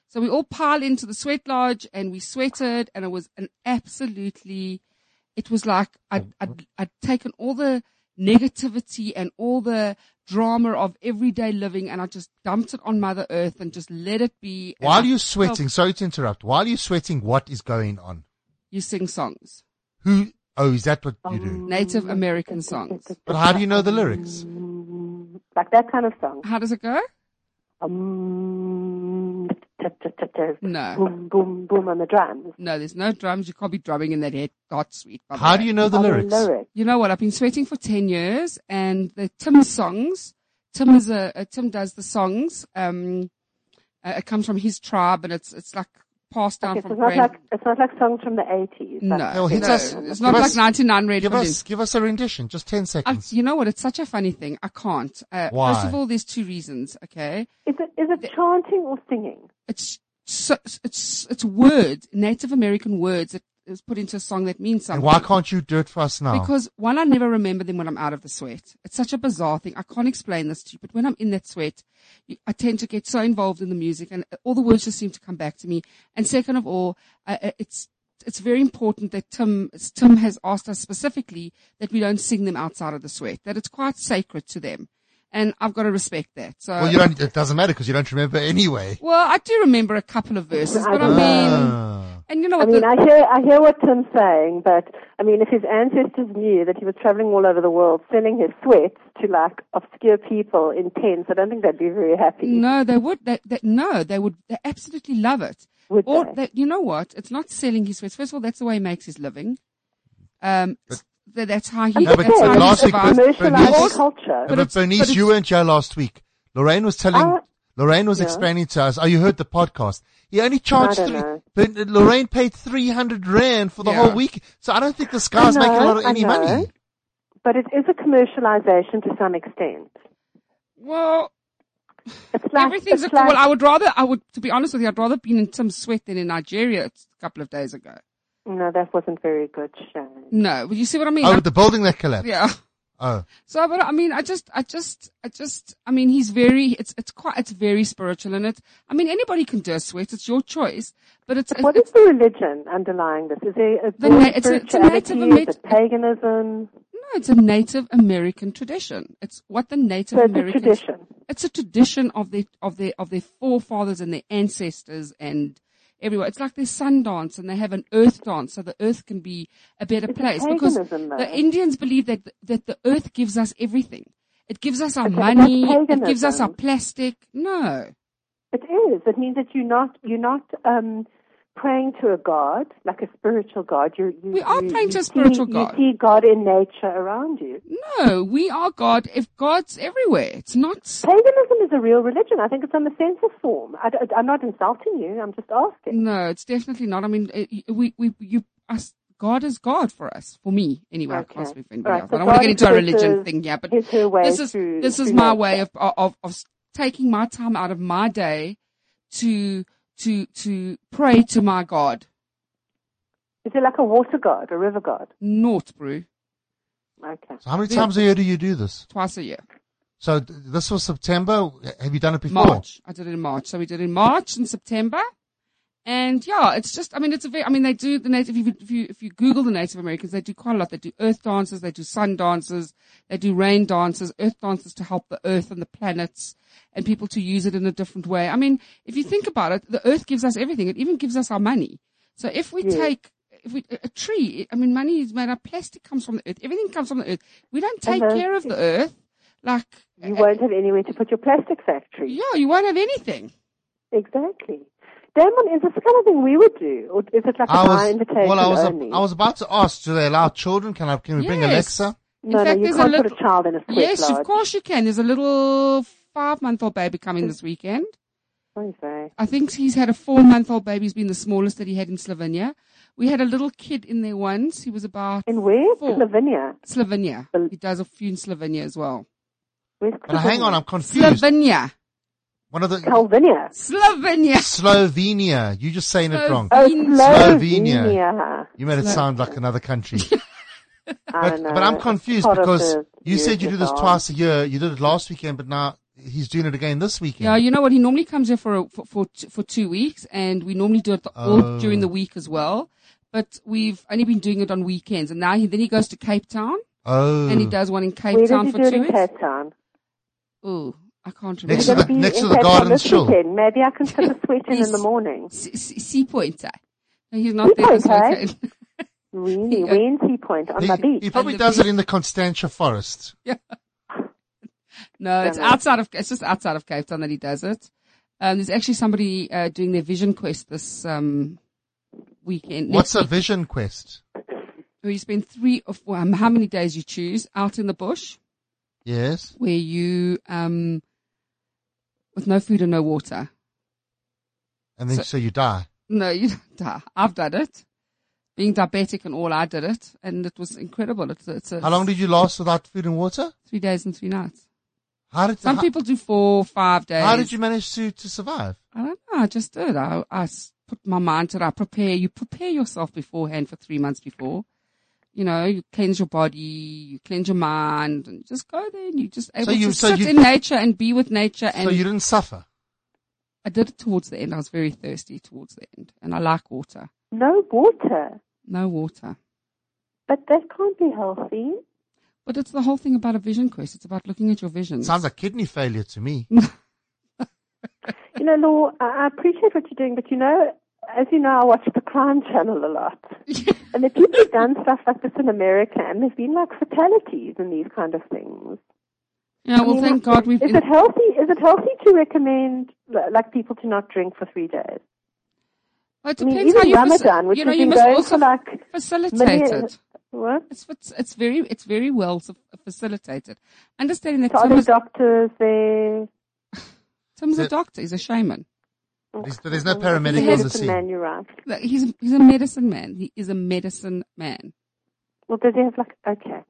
So we all piled into the sweat lodge and we sweated and it was an absolutely, it was like Oh, I'd, I'd, I'd taken all the negativity and all the drama of everyday living and I just dumped it on Mother Earth and just let it be. And While I you're sweating, felt- sorry to interrupt, while you're sweating, what is going on? you sing songs, Who, oh, is that what you do? Native American songs. But how do you know the lyrics? Like that kind of song. How does it go? Um, tap, tap, tap, tap, No. boom, boom, boom on the drums. No, there's no drums. You can't be drumming in that head. God, sweet. by the How do way. you know the Are there lyrics? You know what? I've been sweating for 10 years and the Tim songs, Tim is a, uh, Tim does the songs. Um, uh, it comes from his tribe and it's, it's like passed down Okay, so from it's not grand- like it's not like songs from the eighties. No, Well, hit no, us- it's give not like us- 99 Red Give Balloons. us, give us a rendition, just 10 I, seconds. you know what? It's such a funny thing. I can't. Uh, First Why? of all, there's two reasons. Okay, Is it is it chanting or singing? it's so, it's it's words, Native American words that is put into a song that means And something. why can't you do it for us now? Because one, I never remember them when I'm out of the sweat. It's such a bizarre thing. I can't explain this to you, but when I'm in that sweat, you- I tend to get so involved in the music and all the words just seem to come back to me. And second of all, uh, uh, it's, it's very important that Tim, Tim has asked us specifically that we don't sing them outside of the sweat, that it's quite sacred to them. And I've got to respect that. So, well, you don't, it doesn't matter because you don't remember anyway. well, I do remember a couple of verses, but I mean, Ah. and you know I what? mean, the- I hear I hear what Tim's saying, but I mean, if his ancestors knew that he was traveling all over the world selling his sweats to like obscure people in tents, I don't think they'd be very happy. No, they would. They, they, no, they would. They absolutely love it. Would or they? you know what? It's not selling his sweats. First of all, that's the way he makes his living. Um, s- tha- that's how he. No, but that's how he last week- survives. commercializing Bernice- culture. but But, it's- Bernice, but it's- Uh, you weren't here last week. Lorraine was telling, I- Lorraine was Yeah. explaining to us, oh, you heard the podcast. He only charged I three, don't but uh, Lorraine paid 300 Rand for the Yeah. whole week. So I don't think this guy's know, making a lot of I any know. money. But it is a commercialization to some extent. Well, It's like, everything's. A, it's like, well, I would rather. I would, to be honest with you, I'd rather been in Tim's sweat than in Nigeria a couple of days ago. no, that wasn't very good, Shane. No, well, you see what I mean? Oh, I- with the building that collapsed. yeah. Oh, So, but I mean, I just, I just, I just, I mean, he's very, it's, it's quite, it's very spiritual and it's, I mean, anybody can do a sweat. It's your choice, but it's, What it's, is the religion underlying this? Is there a The broad na- it's a- it's a native spirituality? is it Ameri- paganism? No, it's a Native American tradition. It's what the Native So it's a Americans. tradition. It's a tradition of their of their of their forefathers and their ancestors and everywhere. It's like their sun dance and they have an earth dance, so the earth can be a better It's a place because paganism, though. the Indians believe that th- that the earth gives us everything. It gives us our Okay, but that's money. It gives us our paganism. plastic. No, It is. It means that you're not you're not um, praying to a god like a spiritual god. You're, you We are you- praying you to a see- spiritual god. You see God in nature around you. no, we are God. If God's everywhere, it's not. Paganism is a real religion. I think it's on the census form. I, am not insulting you. I'm just asking. No, it's definitely not. I mean, uh, y- we, we, you, us, God is God for us, for me, anyway. I can't Okay. speak for anybody Right, else. so I don't want to God get into a expresses religion thing, yeah, but his, her way this is, through- this is through my nature. way of, of, of s- taking my time out of my day to, to, to pray to my God. Is it like a water god, a river god? Not, brew. Okay. so how many times a year do you do this? Twice a year. So th- this was September. Have you done it before? March. I did it in March. So we did it in March and September. And yeah, it's just, I mean, it's a very, I mean, they do the native, if you, if you, if you Google the Native Americans, they do quite a lot. They do earth dances, they do sun dances, they do rain dances, earth dances to help the earth and the planets and people to use it in a different way. I mean, if you think about it, the earth gives us everything. It even gives us our money. So if we take, if we, a a tree, I mean, money is made out of plastic comes from the earth. Everything comes from the earth. We don't take Mhm. care of the earth. Like, You won't have anywhere to put your plastic factory. yeah, you won't have anything. Exactly. Damon, is this the kind of thing we would do? Or is it like a I my was, invitation well, I was, only? I was about to ask, do they allow children? Can I, can we bring Yes. Alexa? In no, fact, no, you there's can't a little, put a child in a sweat Yes, lodge. of course you can. There's a little five month old baby coming this weekend. What do you say? I think he's had a four month old baby who's been the smallest that he had in Slovenia. We had a little kid in there once. He was about In where? Four. Slovenia. Slovenia. Bel- He does a few in Slovenia as well. Where's But hang on, I'm confused. Slovenia. One of the Calvinia. Slovenia. Slovenia. You just saying it wrong. Oh, In Slovenia. Slovenia. You made it sound like another country. I But, know. but I'm It's confused part of because the you said you do this Eurozone. twice a year. You did it last weekend, but now he's doing it again this weekend. Yeah, you know what? He normally comes here for, a, for, for, t- for two weeks and we normally do it the, all Oh. during the week as well. But we've only been doing it on weekends and now he, then he goes to Cape Town oh, and he does one in Cape Where did Town you for do it two in weeks. Cape Town? Oh, I can't remember. Next You're to gonna the- be next in to the Cape Town garden this shul. weekend. Maybe I can slip a sweat in in the morning. Sea- Sea Sea Pointer. eh? No, He's not there this Pointer? weekend. Really? uh, When's he point? On he, my he beach. probably On the does beach. it in the Constantia Forest. no, it's Don't know. outside of it's just outside of Cape Town that he does it. Um, there's actually somebody uh, doing their vision quest this um, weekend. What's next a vision quest? where you spend three or four, um, how many days you choose out in the bush Yes. where you, um, with no food and no water. And then so, So- you die. No, you don't die. I've done it. Being diabetic and all, I did it, and it was incredible. It's, it's a, How long did you last without food and water? three days and three nights. How did Some how, people do four, five days. how did you manage to, to survive? I don't know. I just did. I, I s- put my mind to it. I prepare. You prepare yourself beforehand for three months before. You know, you cleanse your body, you cleanse your mind, and just go there. And you just able you- to so sit you- in nature and be with nature. And so you didn't suffer. I did it towards the end. I was very thirsty towards the end, and I like water. No water. No water. But that can't be healthy. But it's the whole thing about a vision quest. It's about looking at your vision. Sounds like kidney failure to me. You know, Law, I I appreciate what you're doing, but you know, as you know, I watch the crime channel a lot. and the people have done stuff like this in America, and there's been like fatalities and these kind of things. yeah. I Well, mean, thank God we've. Is it healthy? Is it healthy to recommend li- like people to not drink for three days? Well, it I mean, depends how even you. faci- Ramadan, which you know, has you been must going also for like facilitate million- it. What? It's fac- it's very it's very well fa- facilitated. Understanding that So are Tim there is, doctors there? Tim's Yeah. a doctor. He's a shaman. There's, there's no It's a paramedic on the medicine scene. man, you're right. Like, He's he's a medicine man. He is a medicine man. Well, does he have like, okay.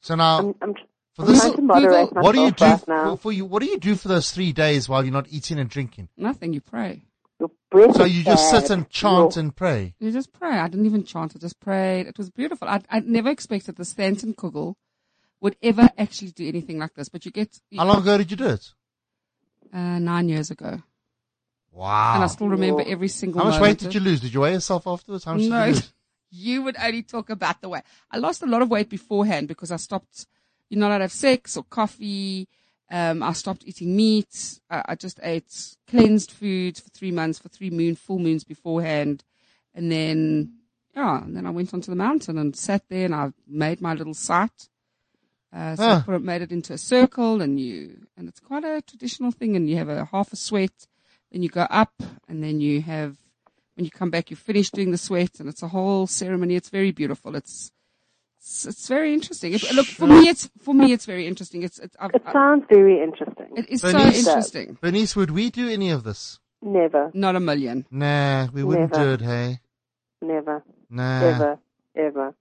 So Um, now, I'm, I'm, tr- Um, for I'm this, trying to moderate Google- myself what do you do right f- now. for, for you? What do you do for those three days while you're not eating and drinking? Nothing. You pray. Your breath So is you just sit bad. and chant Your- and pray. You just pray. I didn't even chant. I just prayed. It was beautiful. I I never expected the Stanton Kugel would ever actually do anything like this. But you get How long ago did you do it? Uh, nine years ago, and I Wow. still remember Wow. every single. How much weight moment did of- you lose? Did you weigh yourself afterwards? How much did No. you lose? you would only talk about the weight. I lost a lot of weight beforehand because I stopped, you know, not have sex or coffee. Um, I stopped eating meat. I, I just ate cleansed foods for three months, for three moon, full moons beforehand. And then, yeah, and then I went onto the mountain and sat there and I made my little site. Uh, so I Ah. put it, made it into a circle and you, and it's quite a traditional thing and you have a half a sweat, then you go up and then you have when you come back, you finish doing the sweat, and it's a whole ceremony. It's very beautiful. It's it's, it's very interesting. It, look, for me, it's for me, it's very interesting. It's it's I've, It I, sounds very interesting. it is so Bernice- interesting. Bernice, would we do any of this? never, Not a million. Nah, we wouldn't do Never. it, hey? never, Nah. ever, ever.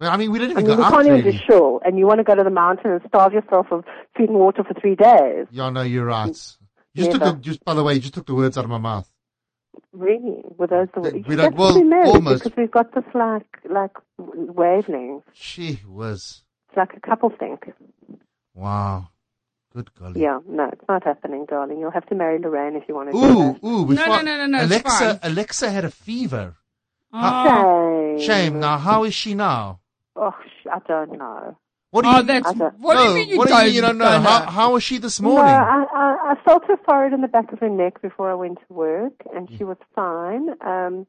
But I mean, we didn't I even mean, go we out can't even do really. shul, and you want to go to the mountain and starve yourself of food and water for three days. Yeah, no, you're right. You just took Mm. Never. the, just by the way, you just took the words out of my mouth. Really? Were those the We you don't- just well, remember, almost. Because we've got this like, like w- wavelength. She was It's like a couple think. wow. Good golly. Yeah, no, it's not happening, darling. You'll have to marry Lorraine if you want to do Ooh, that. ooh. before- no, no, no, no, it's Alexa, fine. Alexa had a fever. Oh, Shame. Ah, Shame. Now, how is she now? Oh, sh- I don't know. What do oh, you? that's I don't- what do No, you mean you what don't? do you, mean you don't know? How, how was she this morning? No, I, I, I felt her forehead in the back of her neck before I went to work, and Mm. she was fine. Um,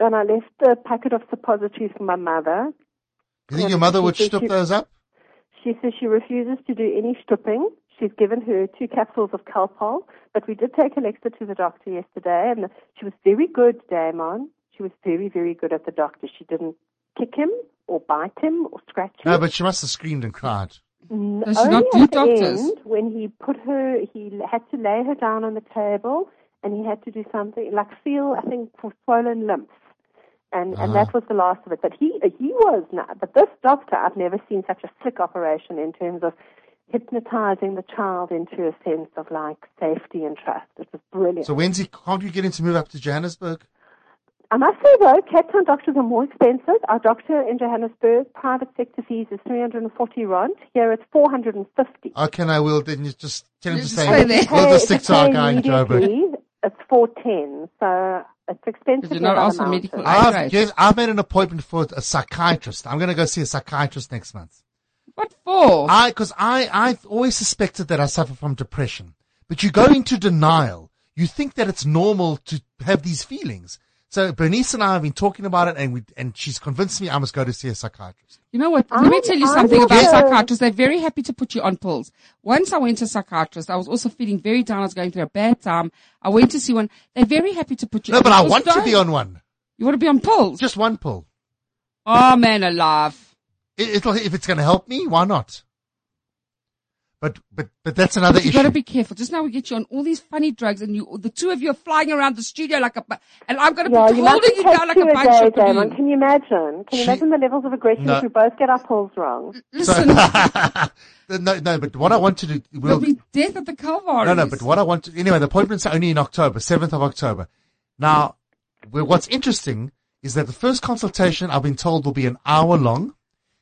and I left a packet of suppositories for my mother. you think your mother would strip those up? She says she refuses to do any stripping. She's given her two capsules of Calpol, but we did take Alexa to the doctor yesterday, and she was very good, Damon. She was very, very good at the doctor. She didn't kick him or bite him or scratch him. No, but she must have screamed and cried. N- Does she only not do at the doctors? end, when he put her, he l- had to lay her down on the table, and he had to do something like feel, I think, for swollen limbs, and Ah. and that was the last of it. But he he was not. But this doctor, I've never seen such a slick operation in terms of hypnotizing the child into a sense of like safety and trust. It was brilliant. So when's he? Can't you get him to move up to Johannesburg? I must say though, Cape Town doctors are more expensive. Our doctor in Johannesburg, private sector fees is 340 rand. Here it's 450. Okay, no, we'll then you just tell him You to just stay. stay there. We'll Hey, just stick if to our they guy in need Joburg. me, It's four ten, so it's expensive. Did you not on the ask for mountain. medical aid? I've, Right. yes, I've made an appointment for a psychiatrist. I'm going to go see a psychiatrist next month. what for? I, cause I, I've always suspected that I suffer from depression, but you go into denial. You think that it's normal to have these feelings. So Bernice and I have been talking about it, and we and she's convinced me I must go to see a psychiatrist. You know what? Let me I- tell you I something love about it. psychiatrists. They're very happy to put you on pills. Once I went to a psychiatrist, I was also feeling very down. I was going through a bad time. I went to see one. They're very happy to put you No, on but I pills. want to be Don't- on one, You want to be on pills? just one pill. Oh man alive. It, it'll if it's going to help me, why not? But but but that's another You issue. gotta be careful. Just now we get you on all these funny drugs and you, the two of you are flying around the studio like a, bu- and I'm gonna Yeah, be you must holding you take down like two a bunch a day, of Damon. balloon. Can you imagine? Can you She- imagine the levels of aggression No. if we both get our pills wrong? Listen, no no, but what I want to do. there'll We'll, be death at the Calvary. No, no, but what I want to, anyway, the appointments are only in October, 7th of October. Now, wh- what's interesting is that the first consultation I've been told will be an hour long.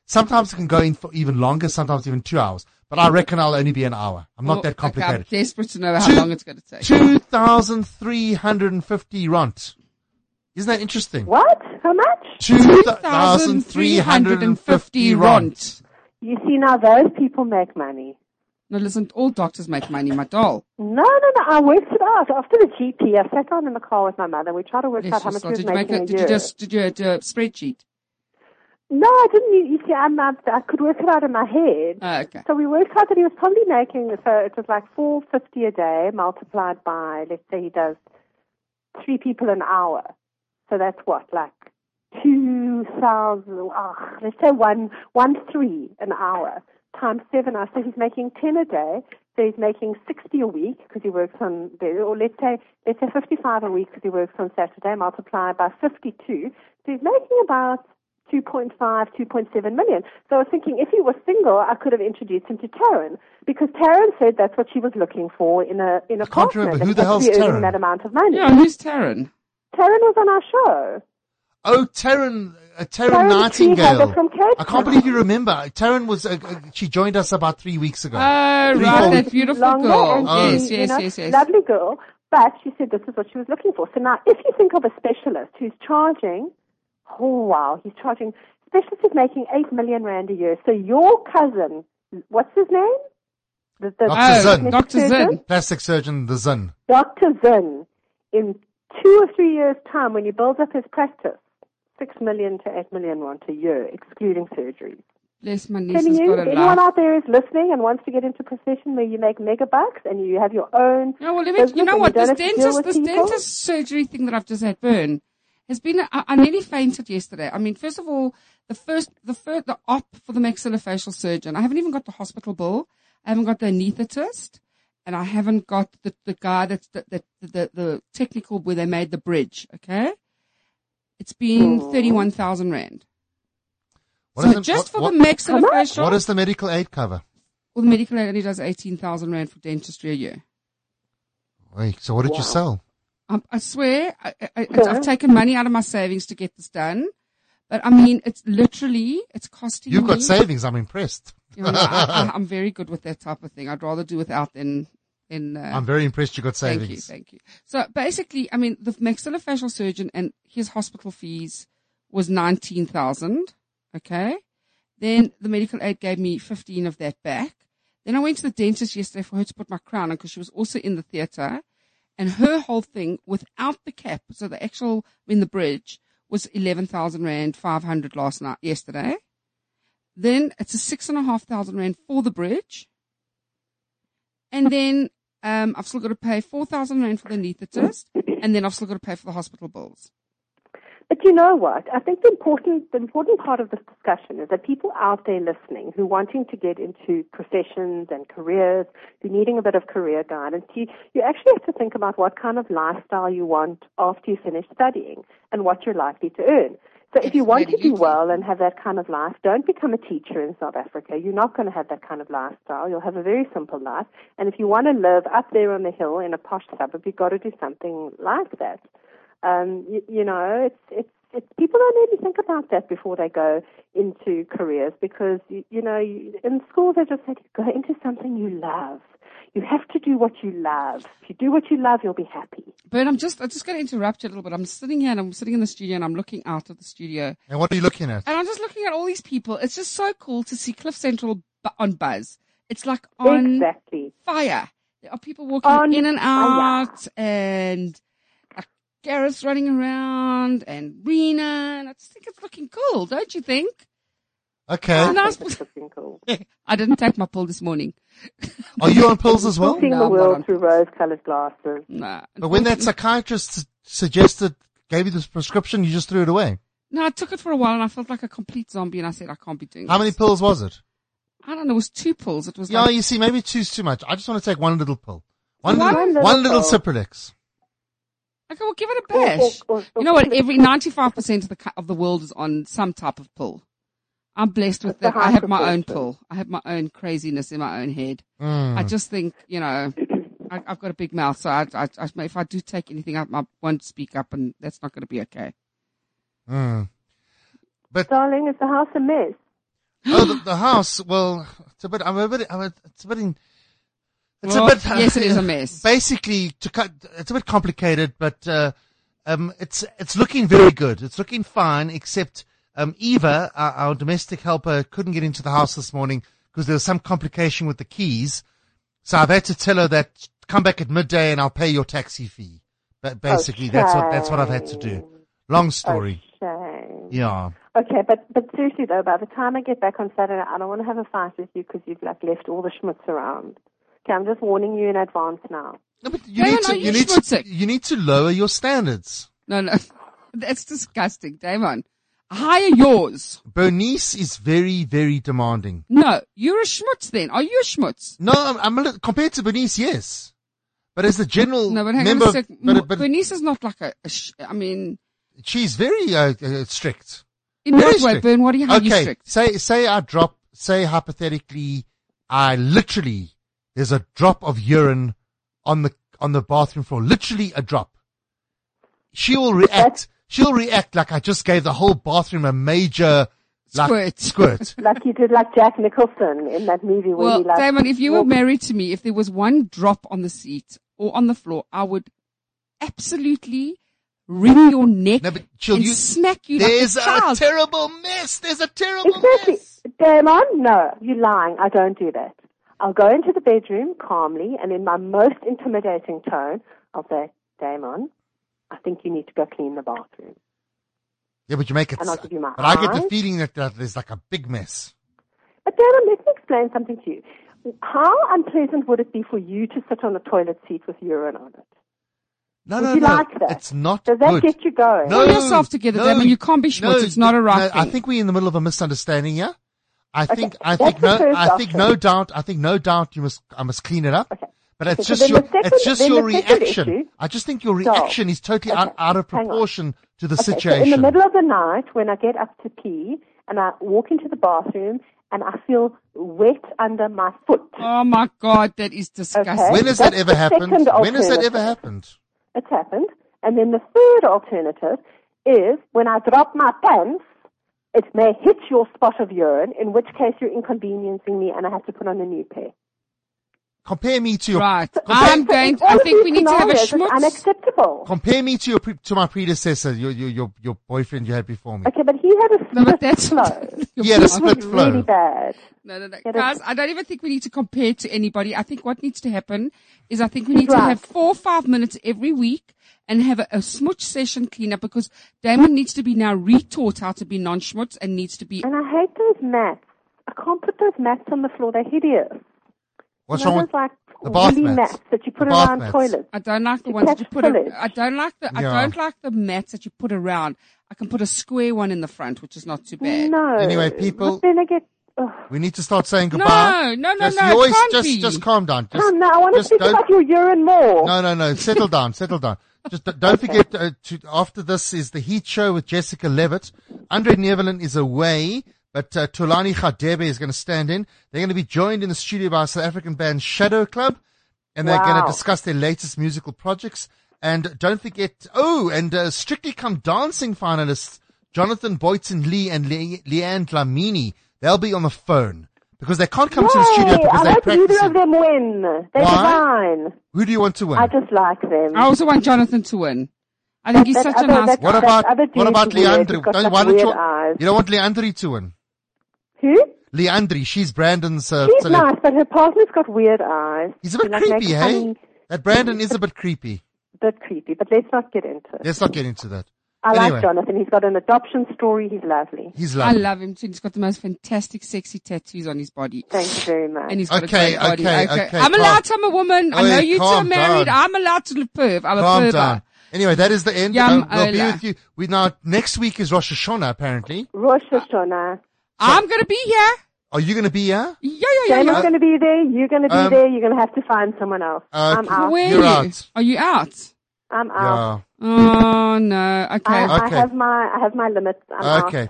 Sometimes it can go in for even longer, sometimes even two hours, but I reckon I'll only be an hour. I'm not that I'm complicated. desperate to know how Two- long it's gonna take. 2,350 rand. Isn't that interesting? What? How much? 2,350 rand. You see, now those people make money. No, listen, all doctors make money, my doll. No, no, no. I worked it out. After the GP, I sat down in the car with my mother. We tried to work Bless out how your much soul. we was Did you make making a, a did year. you just, did you do a spreadsheet? No, I didn't. You, you see, I'm, I, I could work it out in my head. Oh, okay. So we worked out that he was probably making, so it was like 450 a day multiplied by, let's say he does three people an hour. So that's what, like 2,000, oh, let's say one, one three an hour times seven hours. So he's making 10 a day. So he's making 60 a week because he works on, the- or let's say, let's say 55 a week because he works on Saturday multiplied by 52. So he's making about 2.5, 2.7 million. So I was thinking if he was single, I could have introduced him to Taryn because Taryn said that's what she was looking for in a in a can't partner. remember. that Who he the had to hell's be Taryn? earning that amount of money. Yeah, and who's Taryn? Taryn was on our show. Oh, Taryn, uh, Taryn, Taryn Nightingale. Treehugger from Cape I can't Town. believe you remember. Taryn was, uh, uh, she joined us about three weeks ago. Oh, right, Three, four that weeks. beautiful Long hair girl. and Oh. Yes, she, yes, you know, yes, yes. Lovely girl. But she said this is what she was looking for. So now if you think of a specialist who's charging, oh wow, he's charging, specialist is making 8 million rand a year. So your cousin, what's his name? The, the, Dr. Oh, Zinn. Dr. Surgeon? Zinn. Plastic surgeon, the Zin. Dr. Zinn, in two or three years' time, when he builds up his practice, six million to eight million rand a year, excluding surgery. Bless my niece Telling has you, got if a anyone laugh. out there is listening and wants to get into a profession where you make mega bucks and you have your own, No, well, let me, you business know and what? you don't This have to deal dentist, with this people. dentist surgery thing that I've just had burn has been, I, I nearly fainted yesterday. I mean, first of all, the first, the first, the op for the maxillofacial surgeon. I haven't even got the hospital bill. I haven't got the anesthetist and I haven't got the, the guy that's the, the, the, the technical where they made the bridge. Okay. It's been 31,000 rand. What is so the- what- just for what- the maxillofacial, What is the medical aid cover? well, the medical aid only does 18,000 rand for dentistry a year. Wait, so what did you sell? Um, I swear, I, I, I- I've taken money out of my savings to get this done. But I mean, it's literally, it's costing You've me. got savings. I'm impressed. You know, I, I, I'm very good with that type of thing. I'd rather do without than, than, uh, I'm very impressed you got thank you, savings. thank you. So basically, I mean, the maxillofacial surgeon and his hospital fees was 19,000. Okay. Then the medical aid gave me 15 of that back. Then I went to the dentist yesterday for her to put my crown on because she was also in the theater and her whole thing without the cap. So the actual, in the bridge was 11,000 Rand 500 last night, yesterday. Then it's a six and a half thousand Rand for the bridge. And then, um, I've still got to pay 4,000 Rand for the anesthetist. And then I've still got to pay for the hospital bills. But you know what? I think the important the important part of this discussion is that people out there listening who wanting to get into professions and careers, who needing a bit of career guidance, you, you actually have to think about what kind of lifestyle you want after you finish studying and what you're likely to earn. So if you want to do well and have that kind of life, don't become a teacher in South Africa. You're not going to have that kind of lifestyle. You'll have a very simple life. And if you want to live up there on the hill in a posh suburb, you've got to do something like that um, you, you know, it's, it's, it's, people don't really think about that before they go into careers because, you, you know, you, in school they just said, go into something you love. You have to do what you love. If you do what you love, you'll be happy. But I'm just, I'm just going to interrupt you a little bit. I'm sitting here and I'm sitting in the studio and I'm looking out of the studio And what are you looking at? and I'm just looking at all these people. It's just so cool to see Cliff Central bu- on buzz. It's like on Exactly. fire. There are people walking On in and fire. out and like Gareth's running around and Rena, and I just think it's looking cool, don't you think? Okay. And I was- It's looking cool. I didn't take my pill this morning. Are you on pills as well? Seeing No, the Oh, I'm not world on through rose-colored glasses. No. But when that psychiatrist s- suggested, gave you this prescription, you just threw it away. No, I took it for a while and I felt like a complete zombie and I said, I can't be doing How many this." pills was it? I don't know, it was two pills. It was Yeah, like, you see, maybe two's too much. I just want to take one little pill. One, One little, little one little pill. Cipralex. okay, well, give it a Or- or- bash. or- or- you know what? Every 95% of the, cu- of the world is on some type of pill. I'm blessed with That's a that. high I have my own proportion. pill. I have my own craziness in my own head. Mm. I just think, you know, I, I've got a big mouth, so I, I, I, if I do take anything, I, I won't speak up, and that's not going to be okay. Mm. But Darling, is the house a mess? oh, the, the house. Well, it's a bit. I'm a bit. I'm a, it's a bit. In, it's Well, a bit. yes, it is a mess. Basically, to cut, it's a bit complicated, but uh, um, it's it's looking very good. It's looking fine, except um, Eva, our, our domestic helper, couldn't get into the house this morning because there was some complication with the keys. So I've had to tell her that come back at midday and I'll pay your taxi fee. But basically, that's what that's what I've had to do. Long story. Shame. Yeah. Okay, but but seriously though, by the time I get back on Saturday, I don't want to have a fight with you because you've like left all the schmutz around. Okay, I'm just warning you in advance now. No, but you No, need no, to you you need should to say- you need to lower your standards. No, no, that's disgusting, Damon. Hire yours. Bernice is very very demanding. No, you're a schmutz. Then are you a schmutz? No, I'm, I'm a little, compared to Bernice, yes, but as the general No, but hang member, on a sec. but, but Bernice is not like a. a sh- I mean, she's very uh, uh, strict. in Very what way, strict. Bern? What are you? How are you okay, strict? say say I drop, say hypothetically, I literally there's a drop of urine on the on the bathroom floor, literally a drop. She will react. She'll react like I just gave the whole bathroom a major like, Squirt. Squirt. Like you did, like Jack Nicholson in that movie where Well, he like. Damon, if you were walked- married to me, if there was one drop on the seat or on the floor, I would absolutely wring your neck No, but she'll and use- smack you There's like a a child. terrible mess. There's a Oh, terrible exactly, mess. Damon. No, you're lying. I don't do that. I'll go into the bedroom calmly and in my most intimidating tone, I'll say, Damon, I think you need to go clean the bathroom. Yeah, but you make it. And I'll give you my but I get the eyes. feeling that, that there's like a big mess. But Darren, let me explain something to you. How unpleasant would it be for you to sit on a toilet seat with urine on it? No, Would no, you no. like that? It's not Does that good. get you going? No, Pull yourself together, no, Damon. You can't be no, schmutz. It's not a right no, I thing. think we're in the middle of a misunderstanding here. I Okay, think, I that's think the no, first I think no option. doubt, I think no doubt you must, I must clean it up. But it's Okay, so just then your, the second- it's just then your the second reaction. issue- I just think your So, reaction is totally out, okay, out of hang on. proportion to the Okay, situation. So in the middle of the night, when I get up to pee and I walk into the bathroom and I feel wet under my foot, Oh my god, that is disgusting. Okay. when has That's that ever the happened? second When has that alternative. ever happened? it's happened. And then the third alternative is when I drop my pants, it may hit your spot of urine, in which case you're inconveniencing me and I have to put on a new pair. Compare me to your, Right. compare- I'm going. All I of think these we need to have a scenarios, it's schmutz. unacceptable. compare me to your pre- to my predecessor, your your your, your boyfriend you had before me. Okay, but he had a No, split but that's flow. He had a This was split flow. really bad. No, no, no. Yeah, Guys, that's- I don't even think we need to compare to anybody. I think what needs to happen is I think we need to Right. have four or five minutes every week and have a, a smutch session cleanup because Damon needs to be now retaught how to be non-schmutz and needs to be, And I hate those mats. I can't put those mats on the floor. They're hideous. What's You know wrong with those, like the bath woolly mats? mats that you put The bath around mats. toilets. I don't like the It ones that you catch put, ar- pillage. I don't like the, Yeah. I don't like the mats that you put around. I can put a square one in the front, which is not too bad. No. Anyway, people- But then I get. Ugh. We need to start saying goodbye. no, no, just, no, You it always can't just be. just calm down. Just, Come now, Oh, I want to just speak don't- about your urine more. No, no, no. Settle down. Settle down. Just don't don't forget uh, to, after this is the Heat Show with Jessica Levitt. Andre Nevelin is away, but uh, Tulani Khadebe is going to stand in. They're going to be joined in the studio by South African band Shadow Club, and they're going Wow. to discuss their latest musical projects. And don't forget, oh, and uh, Strictly Come Dancing finalists Jonathan Boyton Lee and Le- Leanne Lamini. They'll be on the phone because they can't come to the studio Yay! because I they're hope neither of practicing. them win. They're Why? divine. Who do you want to win? I just like them. I also want Jonathan to win. I think he's That such a other- nice that- guy. What about other what dude's about weird. Leandri? He's got Don't- such why don't you, weird eyes. you don't want Leandri to win? Who? Leandri, she's Brandon's. Uh, She's celeb- nice, but her partner's got weird eyes. He's a bit She, like, creepy, makes hey? funny- That Brandon is a bit creepy. bit creepy, but let's not get into it. Let's not get into that. I anyway, like Jonathan. He's got an adoption story. He's lovely. He's I lovely. love him too. He's got the most fantastic, sexy tattoos on his body. Thank you very much. And he's got Okay, a great body. okay, okay, I'm calm- allowed. I'm a woman. I Oi, know you two are calm married. down. I'm allowed to perv. I'm Calm a perver. down. Anyway, that is the end. Yum, Um, we'll be Ola. with you. We now next week is Rosh Hashanah. Apparently, Rosh Hashanah. I'm gonna be here. are you going to be here? Yeah, yeah, yeah. Jamie's yeah. going to be there. You're going to be um, there. You're going to have to find someone else. uh, I'm out. Where You're are you? out. Are you out? I'm out. Oh no. Okay. I, Okay. I have my I have my limits. I'm Yeah. out. Okay.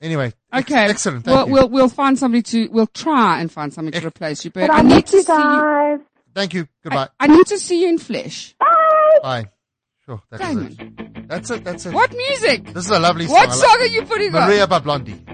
Anyway. ex- Okay. Excellent. Thank We'll, you. Eh. we'll we'll find somebody to. We'll try and find somebody to replace you. But, But I I need miss to you see you. guys. Thank you. I, Goodbye. I need to see you in flesh. Bye. Sure. That was it. That's it. That's it. What music? This is a lovely song. What I song are you putting like- on? Maria by Blondie.